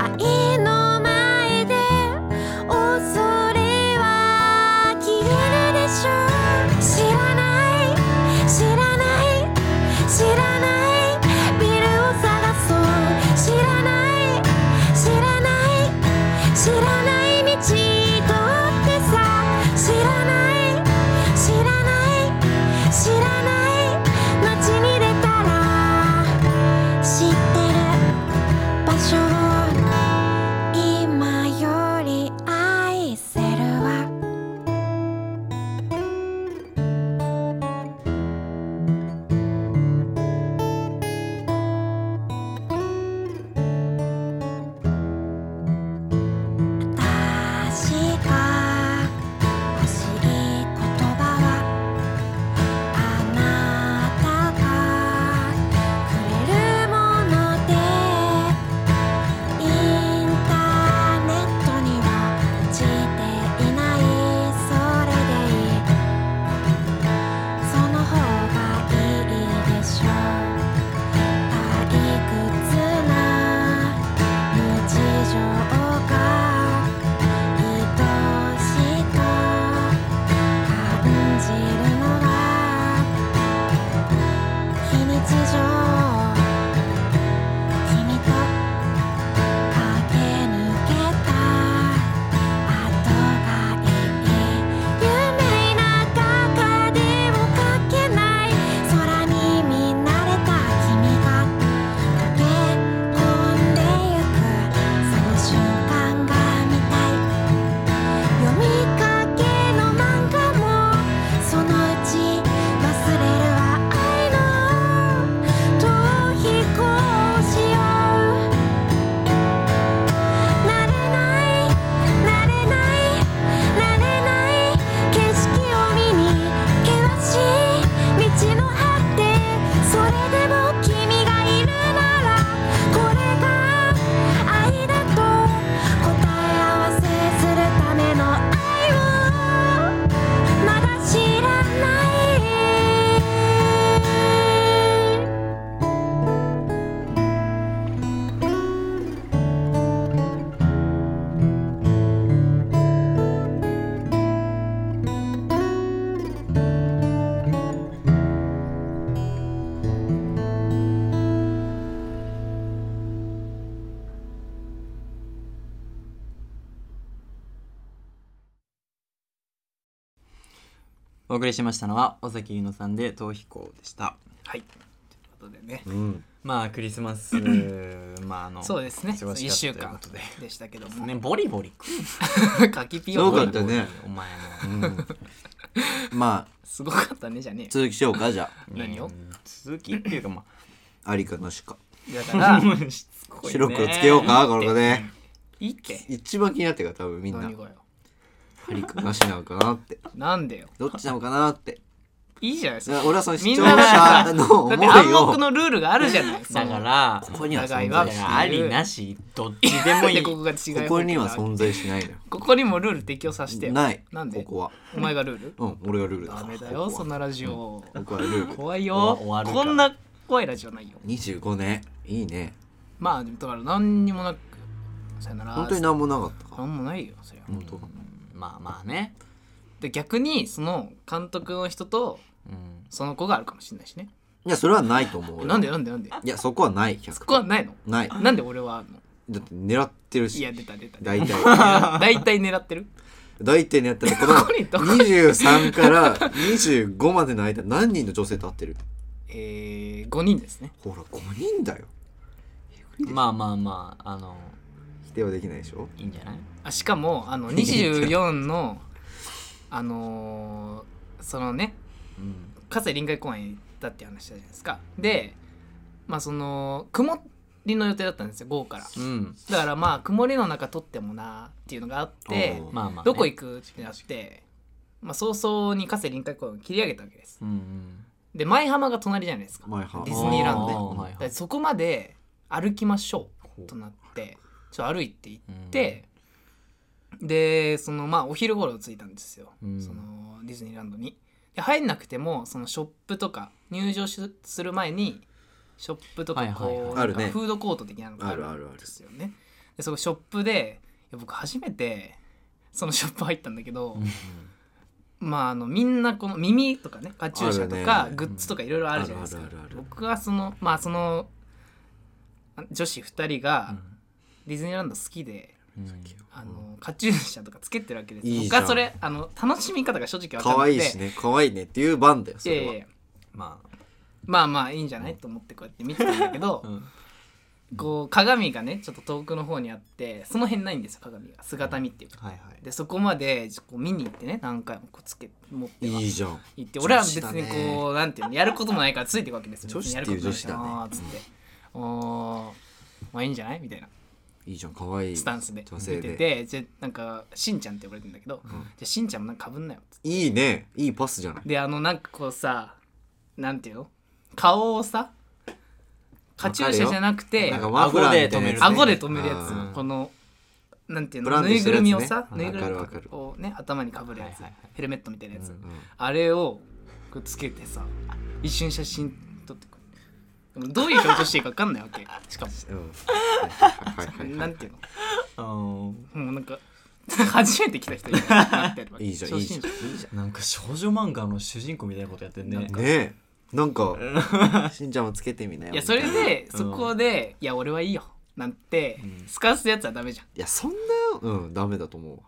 [SPEAKER 4] 愛の前で恐れは消えるでしょう知らない知らない知らないビルを探そう知らない知らない知らない道通ってさ知らない知らない知らない街に出たら知ってる場所を今より愛せるわ確か欲しい言葉はあなたがくれるもので
[SPEAKER 1] お送りしましたのは尾崎ゆのさんで逃避行でした
[SPEAKER 3] はいということでね
[SPEAKER 2] うん
[SPEAKER 1] まあクリスマスまああの
[SPEAKER 3] そうですね
[SPEAKER 1] 忙しかった
[SPEAKER 3] 1週間
[SPEAKER 1] ということ
[SPEAKER 3] でしたけど
[SPEAKER 1] で
[SPEAKER 3] も
[SPEAKER 1] ねボリボリ食う
[SPEAKER 3] カキピ
[SPEAKER 2] そ
[SPEAKER 3] オ
[SPEAKER 2] うかったね
[SPEAKER 1] お前も
[SPEAKER 2] うんまあ
[SPEAKER 3] すごかったねじゃね
[SPEAKER 2] 続きしようかじゃ
[SPEAKER 3] 何を
[SPEAKER 1] うん続きっていうかま
[SPEAKER 2] あありかなしか
[SPEAKER 3] えだから
[SPEAKER 1] あしつこいね
[SPEAKER 2] 白黒つけようかこれで
[SPEAKER 3] いいって
[SPEAKER 2] 一番気になってるから多分みんな
[SPEAKER 3] 何がよ
[SPEAKER 2] ありかなしなのかな って
[SPEAKER 3] なんでよ
[SPEAKER 2] どっちなのかなって
[SPEAKER 3] いいじゃないです
[SPEAKER 2] だか
[SPEAKER 3] から
[SPEAKER 2] 俺はその視
[SPEAKER 3] み
[SPEAKER 2] 聴
[SPEAKER 3] んなだ
[SPEAKER 2] 者
[SPEAKER 3] から
[SPEAKER 2] の思
[SPEAKER 3] だ
[SPEAKER 2] い
[SPEAKER 3] って暗
[SPEAKER 2] を
[SPEAKER 3] 黙のルールがあるじゃない
[SPEAKER 1] だから
[SPEAKER 2] ここには存
[SPEAKER 3] 互
[SPEAKER 2] 在
[SPEAKER 3] い
[SPEAKER 1] い
[SPEAKER 2] し
[SPEAKER 1] や
[SPEAKER 2] な
[SPEAKER 1] あ
[SPEAKER 2] い
[SPEAKER 1] りなし どっちで
[SPEAKER 3] そ
[SPEAKER 1] も
[SPEAKER 3] の
[SPEAKER 1] い
[SPEAKER 3] で
[SPEAKER 1] い
[SPEAKER 3] ここが違い
[SPEAKER 2] ここには
[SPEAKER 3] こ
[SPEAKER 2] 存在しないのよ
[SPEAKER 3] こにもルール適用させてよ
[SPEAKER 2] ない
[SPEAKER 3] なんで
[SPEAKER 2] ここは
[SPEAKER 3] お前がルール
[SPEAKER 2] うん俺がルールだ
[SPEAKER 3] ダメだ
[SPEAKER 2] こ
[SPEAKER 3] よ
[SPEAKER 2] こは
[SPEAKER 3] そんなラジオ
[SPEAKER 2] 僕はルール
[SPEAKER 3] 怖いよ
[SPEAKER 1] 終わるから
[SPEAKER 3] こんな怖いラジオないよ
[SPEAKER 2] 25年いいね
[SPEAKER 3] まあでもだから何にもなくさよなら
[SPEAKER 2] 本当に何もなかったか
[SPEAKER 3] 何もないよそりゃ
[SPEAKER 2] 本当
[SPEAKER 1] まあまあね
[SPEAKER 3] で逆にその監督の人と
[SPEAKER 1] うん
[SPEAKER 3] その子があるかもしれないしね
[SPEAKER 2] いやそれはないと思う俺
[SPEAKER 3] なんでなんでなんで
[SPEAKER 2] いやそこはない
[SPEAKER 3] そ
[SPEAKER 2] 100
[SPEAKER 3] こはないの
[SPEAKER 2] ない
[SPEAKER 3] なんで俺はあるの
[SPEAKER 2] だって狙ってる
[SPEAKER 3] い
[SPEAKER 2] し
[SPEAKER 3] や出た出た
[SPEAKER 2] 大体
[SPEAKER 3] 大体狙ってる
[SPEAKER 2] 大体狙ってるこの
[SPEAKER 3] こにどこ
[SPEAKER 2] 23から25までの間何人の女性と会ってる
[SPEAKER 3] えー、5人ですね
[SPEAKER 2] ほら5人だよ
[SPEAKER 1] まあまあまああの
[SPEAKER 2] 否定はできないでしょ
[SPEAKER 1] いいんじゃない
[SPEAKER 3] あしかもあの24のあのーそのね
[SPEAKER 1] うん
[SPEAKER 3] 葛西臨海公園行ったって話したじゃないですかでまあその曇りの予定だったんですよ午後から
[SPEAKER 1] うん
[SPEAKER 3] だからまあ曇りの中撮ってもなーっていうのがあって
[SPEAKER 2] おう
[SPEAKER 1] まあまあね
[SPEAKER 3] どこ行くってなって、まあ、早々に加瀬臨海公園を切り上げたわけです
[SPEAKER 1] うんうん
[SPEAKER 3] で舞浜が隣じゃないですか
[SPEAKER 2] 前半
[SPEAKER 3] ディズニーランドね
[SPEAKER 1] あーはい
[SPEAKER 3] だか
[SPEAKER 1] はい
[SPEAKER 3] らそこまで歩きましょ
[SPEAKER 1] ほう
[SPEAKER 3] うとなってちょっと歩いて行
[SPEAKER 1] うん
[SPEAKER 3] って、でそのまあお昼頃着いたんですよ、
[SPEAKER 1] うん
[SPEAKER 3] そのディズニーランドにで入んなくてもそのショップとか入場しする前にショップとかこう、
[SPEAKER 1] はいはいはい
[SPEAKER 2] あ
[SPEAKER 3] な
[SPEAKER 2] る
[SPEAKER 3] んか
[SPEAKER 2] ね
[SPEAKER 3] フードコート的なのがある
[SPEAKER 2] あるあるあ
[SPEAKER 3] ん
[SPEAKER 2] る
[SPEAKER 3] ですよねでそこショップでいや僕初めてそのショップ入ったんだけど、まああのみんなこの耳とかねカチューシャと
[SPEAKER 2] あ
[SPEAKER 3] か
[SPEAKER 2] るね
[SPEAKER 3] グッズとかいろいろあるじゃないですか
[SPEAKER 2] あるあるあるある
[SPEAKER 3] 僕はそのまあその女子2人がディズニーランド好きで、
[SPEAKER 1] うん
[SPEAKER 3] あのカチューシャとかつけてるわけです
[SPEAKER 2] いいじゃん
[SPEAKER 3] 僕はそれあの楽しみ方が正直わかん
[SPEAKER 2] 可
[SPEAKER 3] なく
[SPEAKER 2] 愛い
[SPEAKER 3] て
[SPEAKER 2] しね可愛いねっていう番だよそ
[SPEAKER 3] いや
[SPEAKER 2] れ
[SPEAKER 3] いや
[SPEAKER 2] はい
[SPEAKER 3] や
[SPEAKER 1] まあ
[SPEAKER 3] まあまあいいんじゃないと思ってこうやって見てたんだけど、
[SPEAKER 1] うん
[SPEAKER 3] こう鏡がねちょっと遠くの方にあってその辺ないんですよ鏡が姿見っていうか。
[SPEAKER 1] はいはい
[SPEAKER 3] でそこまでこう見に行ってね何回もこうつけ持ってはい
[SPEAKER 2] いじゃん
[SPEAKER 3] 行って
[SPEAKER 2] 女子
[SPEAKER 3] 俺は別
[SPEAKER 2] だ
[SPEAKER 3] に
[SPEAKER 2] ね
[SPEAKER 3] こうなんていうのやることもないからついていくわけですよ
[SPEAKER 2] 女子っていう
[SPEAKER 3] 別にやることない
[SPEAKER 2] 女子だね
[SPEAKER 3] あーっつって、おーまあいいんじゃないみたいない
[SPEAKER 2] いじゃん可愛い
[SPEAKER 3] スタンスで
[SPEAKER 2] 女
[SPEAKER 3] 見
[SPEAKER 2] 性
[SPEAKER 3] て
[SPEAKER 2] で
[SPEAKER 3] てじゃなんかしんちゃんって呼ばれてんだけど、じゃあしんちゃんもなんかかぶんなよっつって
[SPEAKER 2] いいねいいパスじゃない
[SPEAKER 3] であのなんかこうさなんていうの顔をさカチューシャじゃなくて
[SPEAKER 2] なんかマフラーみたいなやつね
[SPEAKER 3] 顎で止めるやつ、
[SPEAKER 2] うん
[SPEAKER 3] このなんていう
[SPEAKER 2] ブ
[SPEAKER 3] の、
[SPEAKER 2] ランド
[SPEAKER 3] ぬい
[SPEAKER 2] して
[SPEAKER 3] ぐ
[SPEAKER 2] る
[SPEAKER 3] る
[SPEAKER 2] やつね
[SPEAKER 3] みをさ、ぬいぐる
[SPEAKER 2] わか
[SPEAKER 3] み
[SPEAKER 2] るわかる
[SPEAKER 3] をね頭にかぶるや
[SPEAKER 1] はいは
[SPEAKER 3] つ、
[SPEAKER 1] いはい
[SPEAKER 3] ヘルメットみたいなやつ、
[SPEAKER 2] うん
[SPEAKER 3] あれをこうつけてさ一瞬写真撮ってくるでもどういう表情していいか分かんないわけしかも
[SPEAKER 2] うんはいはいはいは
[SPEAKER 3] ないんていう
[SPEAKER 1] うん
[SPEAKER 3] のもうなんか初めて来た人になってるわ け
[SPEAKER 2] いいじゃんいいじゃ
[SPEAKER 3] 初
[SPEAKER 2] ん
[SPEAKER 3] 心
[SPEAKER 2] い
[SPEAKER 3] 者
[SPEAKER 2] いじゃん
[SPEAKER 1] なんか少女漫画の主人公みたいなことやってんね
[SPEAKER 2] ねえなん かしんちゃんもつけてみなよ
[SPEAKER 3] いやそれ
[SPEAKER 2] みたいない
[SPEAKER 3] でそこで「いや俺はいいよ」なんてすかすやつはダメじゃん
[SPEAKER 2] やそんなうんダメだと思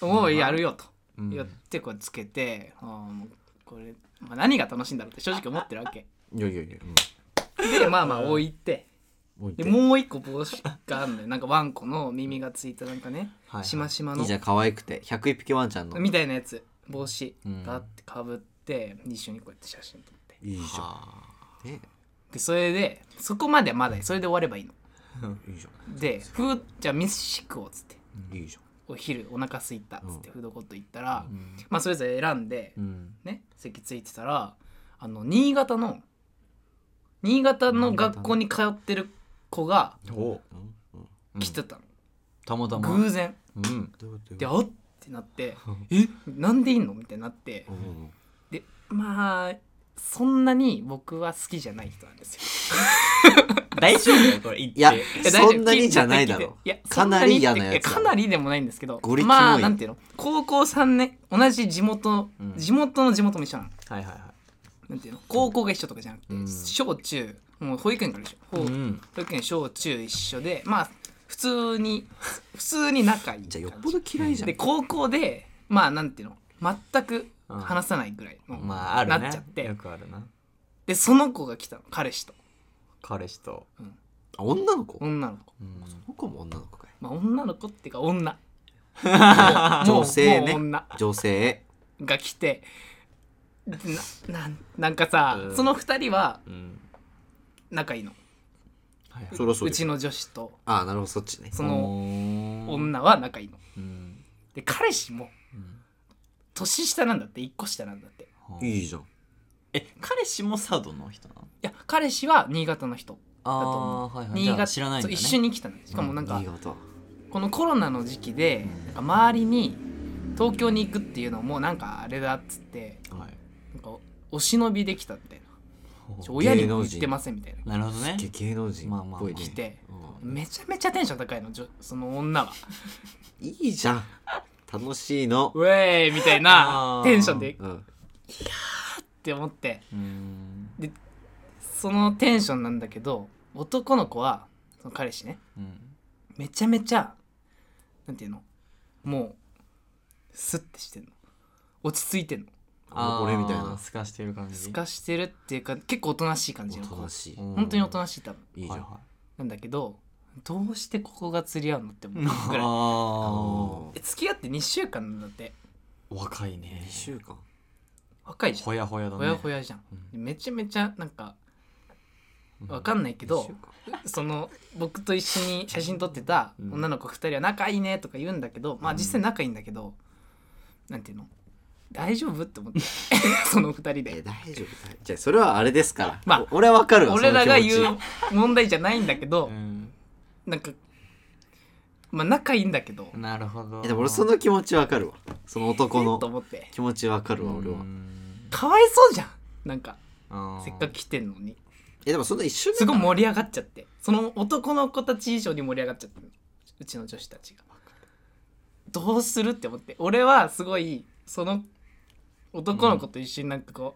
[SPEAKER 2] うわ
[SPEAKER 3] もうやるよと
[SPEAKER 1] ん
[SPEAKER 3] やってこうつけてあーもうこれまあ何が楽しいんだろうって正直思ってるわけ
[SPEAKER 2] いやいやいや
[SPEAKER 3] でまあまあ置いて
[SPEAKER 2] うん置いて
[SPEAKER 3] でもう一個帽子があるのよなんかワンコの耳がついたなんかね
[SPEAKER 1] はいはい
[SPEAKER 3] しましま
[SPEAKER 2] い
[SPEAKER 3] の
[SPEAKER 2] いじゃん可愛くて101匹ワンちゃんのい
[SPEAKER 3] みたいなやつ帽子があってかぶって一緒にこうやって写真撮って
[SPEAKER 2] いじゃ
[SPEAKER 1] あ
[SPEAKER 2] んね
[SPEAKER 3] でそれでそこまではまだいいそれで終わればいいの
[SPEAKER 2] いいじ
[SPEAKER 3] で「ふうじゃあ飯食おう」っつって
[SPEAKER 2] ゃんいいじ
[SPEAKER 3] お昼お腹すいたっつってフードコート行ったら、
[SPEAKER 1] ん
[SPEAKER 3] まあそれぞれ選んで
[SPEAKER 1] ーうん
[SPEAKER 3] ね席ついてたらあの新潟の新潟の学校に通ってる子が
[SPEAKER 1] お
[SPEAKER 2] ゃんうんうん
[SPEAKER 3] 来てたの、
[SPEAKER 1] たまたま
[SPEAKER 3] 偶然
[SPEAKER 1] うん
[SPEAKER 2] どういうこと
[SPEAKER 3] で
[SPEAKER 2] よ
[SPEAKER 3] あっってなって「えなんでいんの?」みたいになって
[SPEAKER 2] うんうん
[SPEAKER 3] でまあそんなに僕は好きじゃない人なんですよ。
[SPEAKER 1] 大丈夫だよこれ言っ
[SPEAKER 2] いや
[SPEAKER 1] て
[SPEAKER 3] いや大丈夫
[SPEAKER 2] そんなにじゃないだろ
[SPEAKER 3] 聞いて聞いていや
[SPEAKER 2] かなり嫌なやつ
[SPEAKER 3] そ
[SPEAKER 2] だ
[SPEAKER 3] んにっていやかなりでもないんですけど
[SPEAKER 2] ゴリキモい
[SPEAKER 3] まあなんていうの高校3年同じ地元、
[SPEAKER 1] うん
[SPEAKER 3] 地元の地元も一緒なの
[SPEAKER 1] はいはいは
[SPEAKER 3] なんていうの高校が一緒とかじゃなくて、
[SPEAKER 1] うん
[SPEAKER 3] 小中もう保育園からでしょ、ほ
[SPEAKER 1] いううん
[SPEAKER 3] 保育園小中一緒でまあ普通 に普通に仲いい
[SPEAKER 2] じゃあよっ
[SPEAKER 3] 感
[SPEAKER 2] ぽど嫌いじゃん
[SPEAKER 3] で高校でまあなんていうの全く
[SPEAKER 1] うん
[SPEAKER 3] 話さないぐらいの、
[SPEAKER 1] まああるね
[SPEAKER 3] なっちゃって
[SPEAKER 1] よくあるな
[SPEAKER 3] でその子が来たの彼氏と
[SPEAKER 1] 彼氏と、
[SPEAKER 2] あ女の子、こ
[SPEAKER 3] 女の子
[SPEAKER 1] うん
[SPEAKER 2] の子も女の子かい
[SPEAKER 3] まあ女の子っていうか女もう
[SPEAKER 2] 女性ね
[SPEAKER 3] もう女
[SPEAKER 2] 女性
[SPEAKER 3] が来てななんなんかさ、
[SPEAKER 2] うん
[SPEAKER 3] その二人は
[SPEAKER 2] うん
[SPEAKER 3] 仲いいの
[SPEAKER 1] はいはいう
[SPEAKER 2] そりゃそうう
[SPEAKER 3] ち
[SPEAKER 2] ち
[SPEAKER 3] の女子と
[SPEAKER 2] ああなるほどそっちね
[SPEAKER 3] その
[SPEAKER 1] 女
[SPEAKER 3] 女は仲いいの
[SPEAKER 1] うん
[SPEAKER 3] で彼氏も
[SPEAKER 1] うん
[SPEAKER 3] 年下なんだって一個下なんだってい
[SPEAKER 2] いいじゃん
[SPEAKER 1] え彼氏も佐渡の人なの
[SPEAKER 3] や彼氏は新潟の人
[SPEAKER 1] あーはいはい
[SPEAKER 3] 新
[SPEAKER 1] じゃ
[SPEAKER 3] 潟
[SPEAKER 1] あ知らないんだ、
[SPEAKER 3] そう
[SPEAKER 1] ね、
[SPEAKER 3] 一緒に来たのしかもなんか、
[SPEAKER 2] 新潟
[SPEAKER 3] このコロナの時期で
[SPEAKER 1] うん
[SPEAKER 3] なんか周りに東京に行くっていうのもなんかあれだっつって
[SPEAKER 1] はい
[SPEAKER 3] なんかお忍びできたみたいなちょ
[SPEAKER 1] ほ
[SPEAKER 3] 親にも言ってませんみたいな
[SPEAKER 1] うなるほどね
[SPEAKER 2] げ芸能人
[SPEAKER 1] まあまあ
[SPEAKER 2] っぽい
[SPEAKER 1] まあ
[SPEAKER 2] ね
[SPEAKER 3] 来て
[SPEAKER 2] うん
[SPEAKER 3] めちゃめちゃテンション高いのじょその女はい
[SPEAKER 2] いじゃん楽しいの
[SPEAKER 3] ウェーイみたいな
[SPEAKER 1] あー
[SPEAKER 3] テンションでっ
[SPEAKER 2] うん
[SPEAKER 3] て思って
[SPEAKER 1] うん
[SPEAKER 3] そのテンションなんだけど男の子はその彼氏ね
[SPEAKER 1] うん
[SPEAKER 3] めちゃめちゃなんていうのもうスッてしてんの落ち着いてんの
[SPEAKER 2] あ俺みたい
[SPEAKER 1] あー
[SPEAKER 2] な
[SPEAKER 1] すかしてる感じ
[SPEAKER 3] すかしてるっていうか結構おとなしい感じの
[SPEAKER 2] おと
[SPEAKER 3] 子
[SPEAKER 2] なしい
[SPEAKER 1] うん
[SPEAKER 3] 本当におとなしい多分
[SPEAKER 2] いいじゃん
[SPEAKER 1] は
[SPEAKER 3] なんだけどどうしてここが釣り合うのって思
[SPEAKER 1] いは
[SPEAKER 3] うぐ
[SPEAKER 1] い、あ
[SPEAKER 3] らい
[SPEAKER 1] ー
[SPEAKER 2] お
[SPEAKER 3] え付き合って2週間なんだって
[SPEAKER 1] 若いね
[SPEAKER 2] 2週間
[SPEAKER 3] 若いじゃん
[SPEAKER 1] ほやほやだね
[SPEAKER 3] ほやほやじゃん
[SPEAKER 1] うん
[SPEAKER 3] でめちゃめちゃなんか
[SPEAKER 1] うん
[SPEAKER 3] わかんないけ
[SPEAKER 2] 2
[SPEAKER 3] ど
[SPEAKER 2] 週間
[SPEAKER 3] その僕と一緒に写真撮ってた
[SPEAKER 1] うん
[SPEAKER 3] 女の子2人は仲いいねとか言うんだけどまあ実際仲いいんだけどなんていうの大丈夫って思ってその2人
[SPEAKER 2] え
[SPEAKER 3] で
[SPEAKER 2] 大丈夫大じゃあそれはあれですから
[SPEAKER 3] まあ
[SPEAKER 2] お俺はわかるわ
[SPEAKER 3] 俺らが
[SPEAKER 2] そ
[SPEAKER 3] 言
[SPEAKER 2] の
[SPEAKER 3] う問題じゃないんだけど
[SPEAKER 1] うん
[SPEAKER 3] なんかまあ仲いいんだけど
[SPEAKER 1] なるほど
[SPEAKER 2] 気持ちえでも俺その気持ちわかるわその男
[SPEAKER 3] えっと
[SPEAKER 2] の
[SPEAKER 3] 思って
[SPEAKER 2] 気持ちわかるわ俺
[SPEAKER 1] う
[SPEAKER 2] は
[SPEAKER 1] ん
[SPEAKER 3] かわいそうじゃんなんか
[SPEAKER 1] あー
[SPEAKER 3] せっかく来てんのに
[SPEAKER 2] えでもそんな一瞬
[SPEAKER 3] すごい盛り上がっちゃってその男の子たち以上に盛り上がっちゃってうちの女子たちがどうするって思って俺はすごいその男の子と一緒になんかこ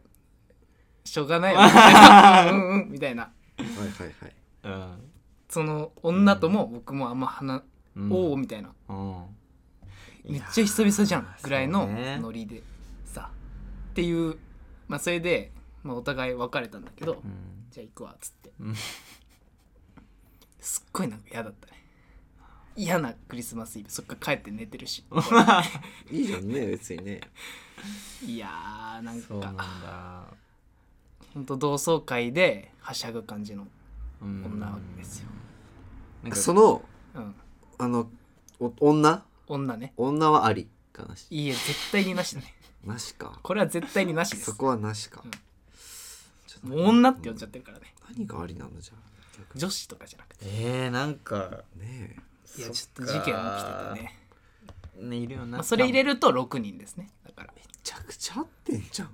[SPEAKER 3] う、しょうがないわみたい なうんうんみたいな
[SPEAKER 2] はいはいは
[SPEAKER 1] う
[SPEAKER 2] い
[SPEAKER 1] ん
[SPEAKER 3] その女とも僕もあんま話、
[SPEAKER 1] うん
[SPEAKER 3] おおみたいな
[SPEAKER 1] うん
[SPEAKER 3] めっちゃ久々じゃんぐらいの
[SPEAKER 1] そうね
[SPEAKER 3] ノリでさ、っていうまあそれで、まあ、お互い別れたんだけど、
[SPEAKER 1] うん
[SPEAKER 3] じゃあ行くわっつって、
[SPEAKER 1] うん
[SPEAKER 3] すっごいなんか嫌だったね嫌なクリスマスイブそっから帰って寝てるし
[SPEAKER 2] いいじゃんね別にね
[SPEAKER 3] いやーなん
[SPEAKER 1] そうなん
[SPEAKER 3] か
[SPEAKER 1] だ
[SPEAKER 3] ほんと同窓会ではしゃぐ感じの
[SPEAKER 1] うん
[SPEAKER 3] 女わけですよ、
[SPEAKER 1] なんか
[SPEAKER 2] その
[SPEAKER 3] うん、
[SPEAKER 2] あのお女
[SPEAKER 3] 女ね
[SPEAKER 2] 女はありかなし
[SPEAKER 3] いいえ絶対になしだね
[SPEAKER 2] なしか
[SPEAKER 3] これは絶対になしです
[SPEAKER 2] そこはなしか
[SPEAKER 3] うん
[SPEAKER 2] ちょっと
[SPEAKER 3] もう女って呼んじゃってるからね
[SPEAKER 2] 何がありなのじゃあ逆
[SPEAKER 3] 女子とかじゃなくて
[SPEAKER 1] えー、なんか
[SPEAKER 2] ね
[SPEAKER 3] いや
[SPEAKER 1] そっか
[SPEAKER 3] ちょっと事件起きてたね、
[SPEAKER 1] ねいるよな、
[SPEAKER 3] まあ、それ入れ
[SPEAKER 1] る
[SPEAKER 3] ると6人ですねだから
[SPEAKER 2] めちゃくちゃ合ってんじゃん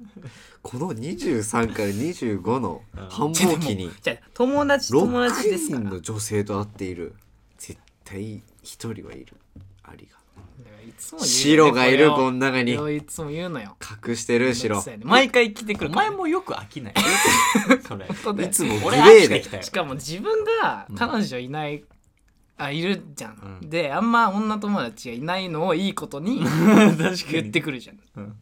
[SPEAKER 2] この23から25の繁
[SPEAKER 3] じゃあで
[SPEAKER 2] 忙
[SPEAKER 3] も
[SPEAKER 2] 期に
[SPEAKER 3] じゃあ友達友達
[SPEAKER 2] 6
[SPEAKER 3] ですから
[SPEAKER 2] 人の女性と会っている絶対一人はいるありが
[SPEAKER 3] だからいつも言うよね
[SPEAKER 2] 白がいるこの中
[SPEAKER 3] れ
[SPEAKER 2] に
[SPEAKER 3] をいつも言うのよ
[SPEAKER 2] 隠してる白
[SPEAKER 3] そうやね毎回来てく
[SPEAKER 1] お
[SPEAKER 3] るから
[SPEAKER 1] 前
[SPEAKER 3] ね
[SPEAKER 1] もよく飽きない それ
[SPEAKER 3] そうだ
[SPEAKER 2] い
[SPEAKER 3] よ
[SPEAKER 2] つもグ
[SPEAKER 1] 俺
[SPEAKER 2] レ
[SPEAKER 1] 飽
[SPEAKER 2] ー
[SPEAKER 1] きて
[SPEAKER 2] で
[SPEAKER 1] きたよ
[SPEAKER 3] しかも自分が彼女いない、あいるじゃん、
[SPEAKER 1] うん
[SPEAKER 3] であんま女友達がいないのをいいこ とに
[SPEAKER 1] 確かに
[SPEAKER 3] 言ってくるじゃん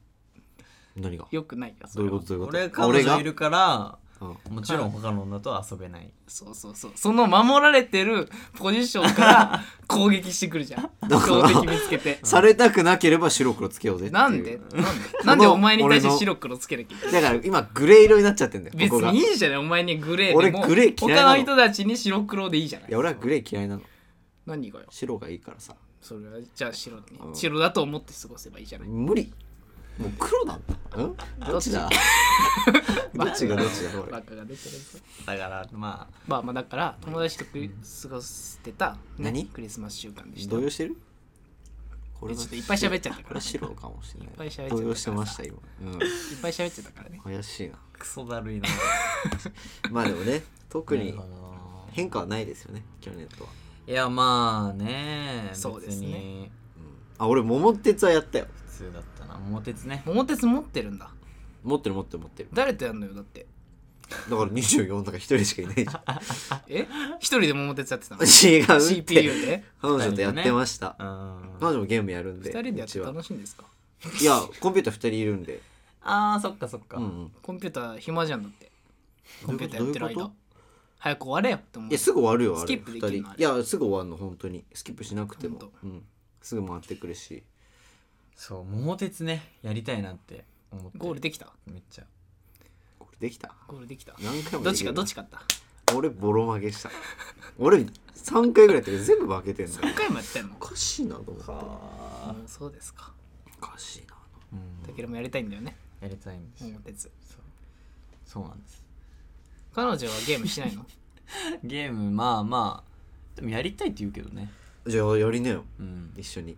[SPEAKER 2] 何が
[SPEAKER 3] よくないよそ
[SPEAKER 2] どうい
[SPEAKER 3] れ
[SPEAKER 2] うこ
[SPEAKER 3] は
[SPEAKER 2] とどういうこと
[SPEAKER 1] 俺彼女いるから
[SPEAKER 2] 俺がうん
[SPEAKER 1] もちろん他の女とは遊べない
[SPEAKER 3] そうそうそうその守られてるポジションから 攻撃してくるじゃん
[SPEAKER 2] だから
[SPEAKER 3] 強敵見つけ て
[SPEAKER 2] されたくなければ白黒つけようぜっていう
[SPEAKER 3] なんで なんでなんでお前に対して
[SPEAKER 2] 俺の
[SPEAKER 3] 白黒つけなきゃいけない
[SPEAKER 2] だから今グレー色になっちゃってんだよ
[SPEAKER 3] 別
[SPEAKER 2] ここが
[SPEAKER 3] にいいじゃないお前にグレーでも
[SPEAKER 2] 俺グレー嫌いな
[SPEAKER 3] 他
[SPEAKER 2] の
[SPEAKER 3] の人たちに白黒でいいじゃない
[SPEAKER 2] いや俺はグレー嫌いなの
[SPEAKER 3] 何がよ
[SPEAKER 2] 白がいいからさ
[SPEAKER 3] それはじゃあ白に
[SPEAKER 2] うん
[SPEAKER 3] 白だと思って過ごせばいいじゃない
[SPEAKER 2] 無理もう黒なんだんどっちだ どっちがどっちだ俺
[SPEAKER 3] バカが出てるぞ
[SPEAKER 1] だからまあ
[SPEAKER 3] まあまあだから友達とくり過ごしてた、ね
[SPEAKER 2] 何
[SPEAKER 3] クリスマス週間でした
[SPEAKER 2] 動揺してるこ
[SPEAKER 3] でちょっといっぱい喋っちゃった
[SPEAKER 2] これ
[SPEAKER 3] から
[SPEAKER 2] は白かもしれない
[SPEAKER 3] っぱい喋っちゃった
[SPEAKER 2] 動揺してました今うん
[SPEAKER 3] いっぱい喋ってたからね
[SPEAKER 2] 怪しいな
[SPEAKER 1] クソだるいな
[SPEAKER 2] まあでもね特に
[SPEAKER 1] なるほど
[SPEAKER 2] 変化はないですよね去年とは、
[SPEAKER 1] いやまあね
[SPEAKER 3] そうです
[SPEAKER 1] 別
[SPEAKER 3] ね
[SPEAKER 1] に
[SPEAKER 2] うんあ俺桃鉄はやったよ
[SPEAKER 1] 普通だったな桃鉄ね
[SPEAKER 3] 桃鉄持ってるんだ
[SPEAKER 2] 持ってる持ってる持ってる
[SPEAKER 3] 誰とやんのよだって
[SPEAKER 2] だから24だから1人しかいないじゃん
[SPEAKER 3] え一人で桃鉄やってたの
[SPEAKER 2] 違うって
[SPEAKER 3] CPU で
[SPEAKER 2] 彼女とやってました、
[SPEAKER 1] うん
[SPEAKER 2] 彼女もゲームやるんで
[SPEAKER 3] 二人でやっ
[SPEAKER 2] うち
[SPEAKER 3] て
[SPEAKER 2] は
[SPEAKER 3] 楽しいんですか
[SPEAKER 2] いやコンピューター2人いるんで
[SPEAKER 1] あーそっかそっか、
[SPEAKER 2] うんうん
[SPEAKER 3] コンピューター暇じゃんだってコンピューターやってる
[SPEAKER 2] どういう
[SPEAKER 3] 間
[SPEAKER 2] こ
[SPEAKER 3] 早く終われよって思う
[SPEAKER 2] いやすぐ終わるよあれ
[SPEAKER 3] スキップできるの
[SPEAKER 2] 二
[SPEAKER 3] あ
[SPEAKER 2] 人いやすぐ終わるの本当にスキップしなくても
[SPEAKER 3] 本、
[SPEAKER 2] うん、すぐ回ってくるし
[SPEAKER 1] そう桃鉄ねやりたいなって思って
[SPEAKER 3] ゴールできた
[SPEAKER 1] めっちゃ
[SPEAKER 2] これできた
[SPEAKER 3] ゴールできた
[SPEAKER 2] 何回も
[SPEAKER 3] どっちか
[SPEAKER 2] か
[SPEAKER 3] どっちかった
[SPEAKER 2] 俺ボロ負けした俺3回ぐらいやってる全部負けてんだよ
[SPEAKER 3] 何回もやってんの
[SPEAKER 2] おかしいなと思って
[SPEAKER 1] あ
[SPEAKER 3] うんそうですか
[SPEAKER 2] おかしいな
[SPEAKER 1] うん
[SPEAKER 3] たけるもやりたいんだよね
[SPEAKER 1] やりたいんですよ
[SPEAKER 3] 桃鉄
[SPEAKER 1] そうそうなんです
[SPEAKER 3] 彼女はゲーム しないの
[SPEAKER 1] ゲームまあまあでもやりたいって言うけどね
[SPEAKER 2] じゃあやりなよ
[SPEAKER 1] うん
[SPEAKER 2] 一緒に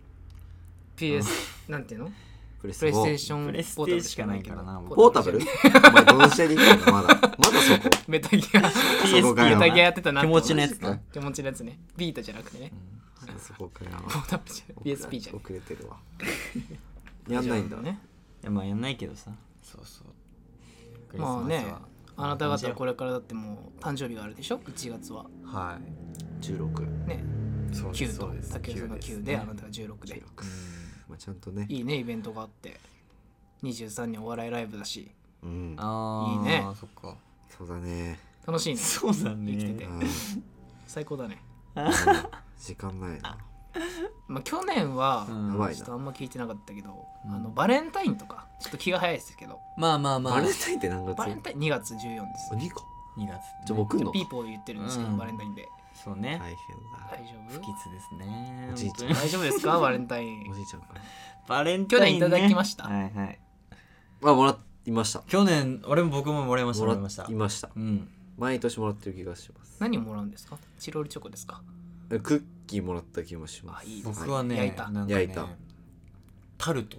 [SPEAKER 3] PS なんていうの
[SPEAKER 2] プレス
[SPEAKER 3] プレイステーション
[SPEAKER 1] プレステーしかないからな
[SPEAKER 2] 4ポータブルお前どの試合で行ったのまだまだそこ
[SPEAKER 3] メタギア
[SPEAKER 2] そこか
[SPEAKER 3] メ
[SPEAKER 2] よ
[SPEAKER 3] タギアや ってたな
[SPEAKER 1] 気持ちのやつ
[SPEAKER 2] マジ
[SPEAKER 1] か
[SPEAKER 2] か
[SPEAKER 3] 手持ちのやつねビータじゃなくてね
[SPEAKER 2] そこから
[SPEAKER 3] ポータブルじゃない PSP じゃん
[SPEAKER 2] 遅れてるわやんないんだ
[SPEAKER 3] ね
[SPEAKER 1] いやまあやんないけどさそうそうクリス
[SPEAKER 3] まあ
[SPEAKER 1] マス
[SPEAKER 3] ね
[SPEAKER 1] は
[SPEAKER 3] あなた方はこれからだってもう誕生日があるでしょ1月は
[SPEAKER 1] はい
[SPEAKER 2] 16
[SPEAKER 3] ね
[SPEAKER 1] そうです
[SPEAKER 3] 9と
[SPEAKER 1] そうです
[SPEAKER 3] 竹内さんが
[SPEAKER 1] です
[SPEAKER 3] 9であなたが16で
[SPEAKER 2] まあちゃんとね
[SPEAKER 3] いいねイベントがあって23にお笑いライブだし
[SPEAKER 2] うん
[SPEAKER 1] あー
[SPEAKER 3] いいね
[SPEAKER 1] そっか
[SPEAKER 2] そうだね
[SPEAKER 3] 楽しいね
[SPEAKER 1] そうだね
[SPEAKER 3] 生きてて
[SPEAKER 2] うん
[SPEAKER 3] 最高だね
[SPEAKER 2] 時間ないな
[SPEAKER 3] まあ去年は
[SPEAKER 1] う
[SPEAKER 2] や
[SPEAKER 1] ん
[SPEAKER 2] ばい
[SPEAKER 3] ちょっとあんま聞いてなかったけど
[SPEAKER 1] うん
[SPEAKER 3] あのバレンタインとかちょっと気が早いですけど
[SPEAKER 1] まあまあま
[SPEAKER 2] バ
[SPEAKER 1] あ
[SPEAKER 2] レンタインって何月
[SPEAKER 3] バレンタイン2月14です
[SPEAKER 2] お肉
[SPEAKER 1] 2月
[SPEAKER 2] じゃあ僕の
[SPEAKER 3] ピーポー言ってるんですけど
[SPEAKER 1] うん
[SPEAKER 3] バレンタインで
[SPEAKER 1] そうね、
[SPEAKER 2] 大変
[SPEAKER 3] 大
[SPEAKER 2] だ
[SPEAKER 3] 丈
[SPEAKER 1] 不
[SPEAKER 3] 夫
[SPEAKER 1] 吉ですね
[SPEAKER 2] おじいちゃ
[SPEAKER 1] 本当に
[SPEAKER 2] ん
[SPEAKER 3] 大丈 夫ですかバレンタイン
[SPEAKER 2] おじいちゃんから
[SPEAKER 1] バレンタイン、ね、
[SPEAKER 3] 去年いただきました
[SPEAKER 1] はいはい
[SPEAKER 2] あもらいました
[SPEAKER 1] 去年俺も僕ももらいました
[SPEAKER 2] も
[SPEAKER 1] も
[SPEAKER 2] ら
[SPEAKER 1] らいました
[SPEAKER 2] いました
[SPEAKER 1] うん
[SPEAKER 2] 毎年もらってる気がします
[SPEAKER 3] 何をもらうんですかチロルチョコですか
[SPEAKER 2] クッキーもらった気もしま
[SPEAKER 3] あ
[SPEAKER 2] す
[SPEAKER 3] いいです
[SPEAKER 1] 僕はね
[SPEAKER 3] 焼いた
[SPEAKER 1] なんかね
[SPEAKER 2] 焼いた
[SPEAKER 1] タルト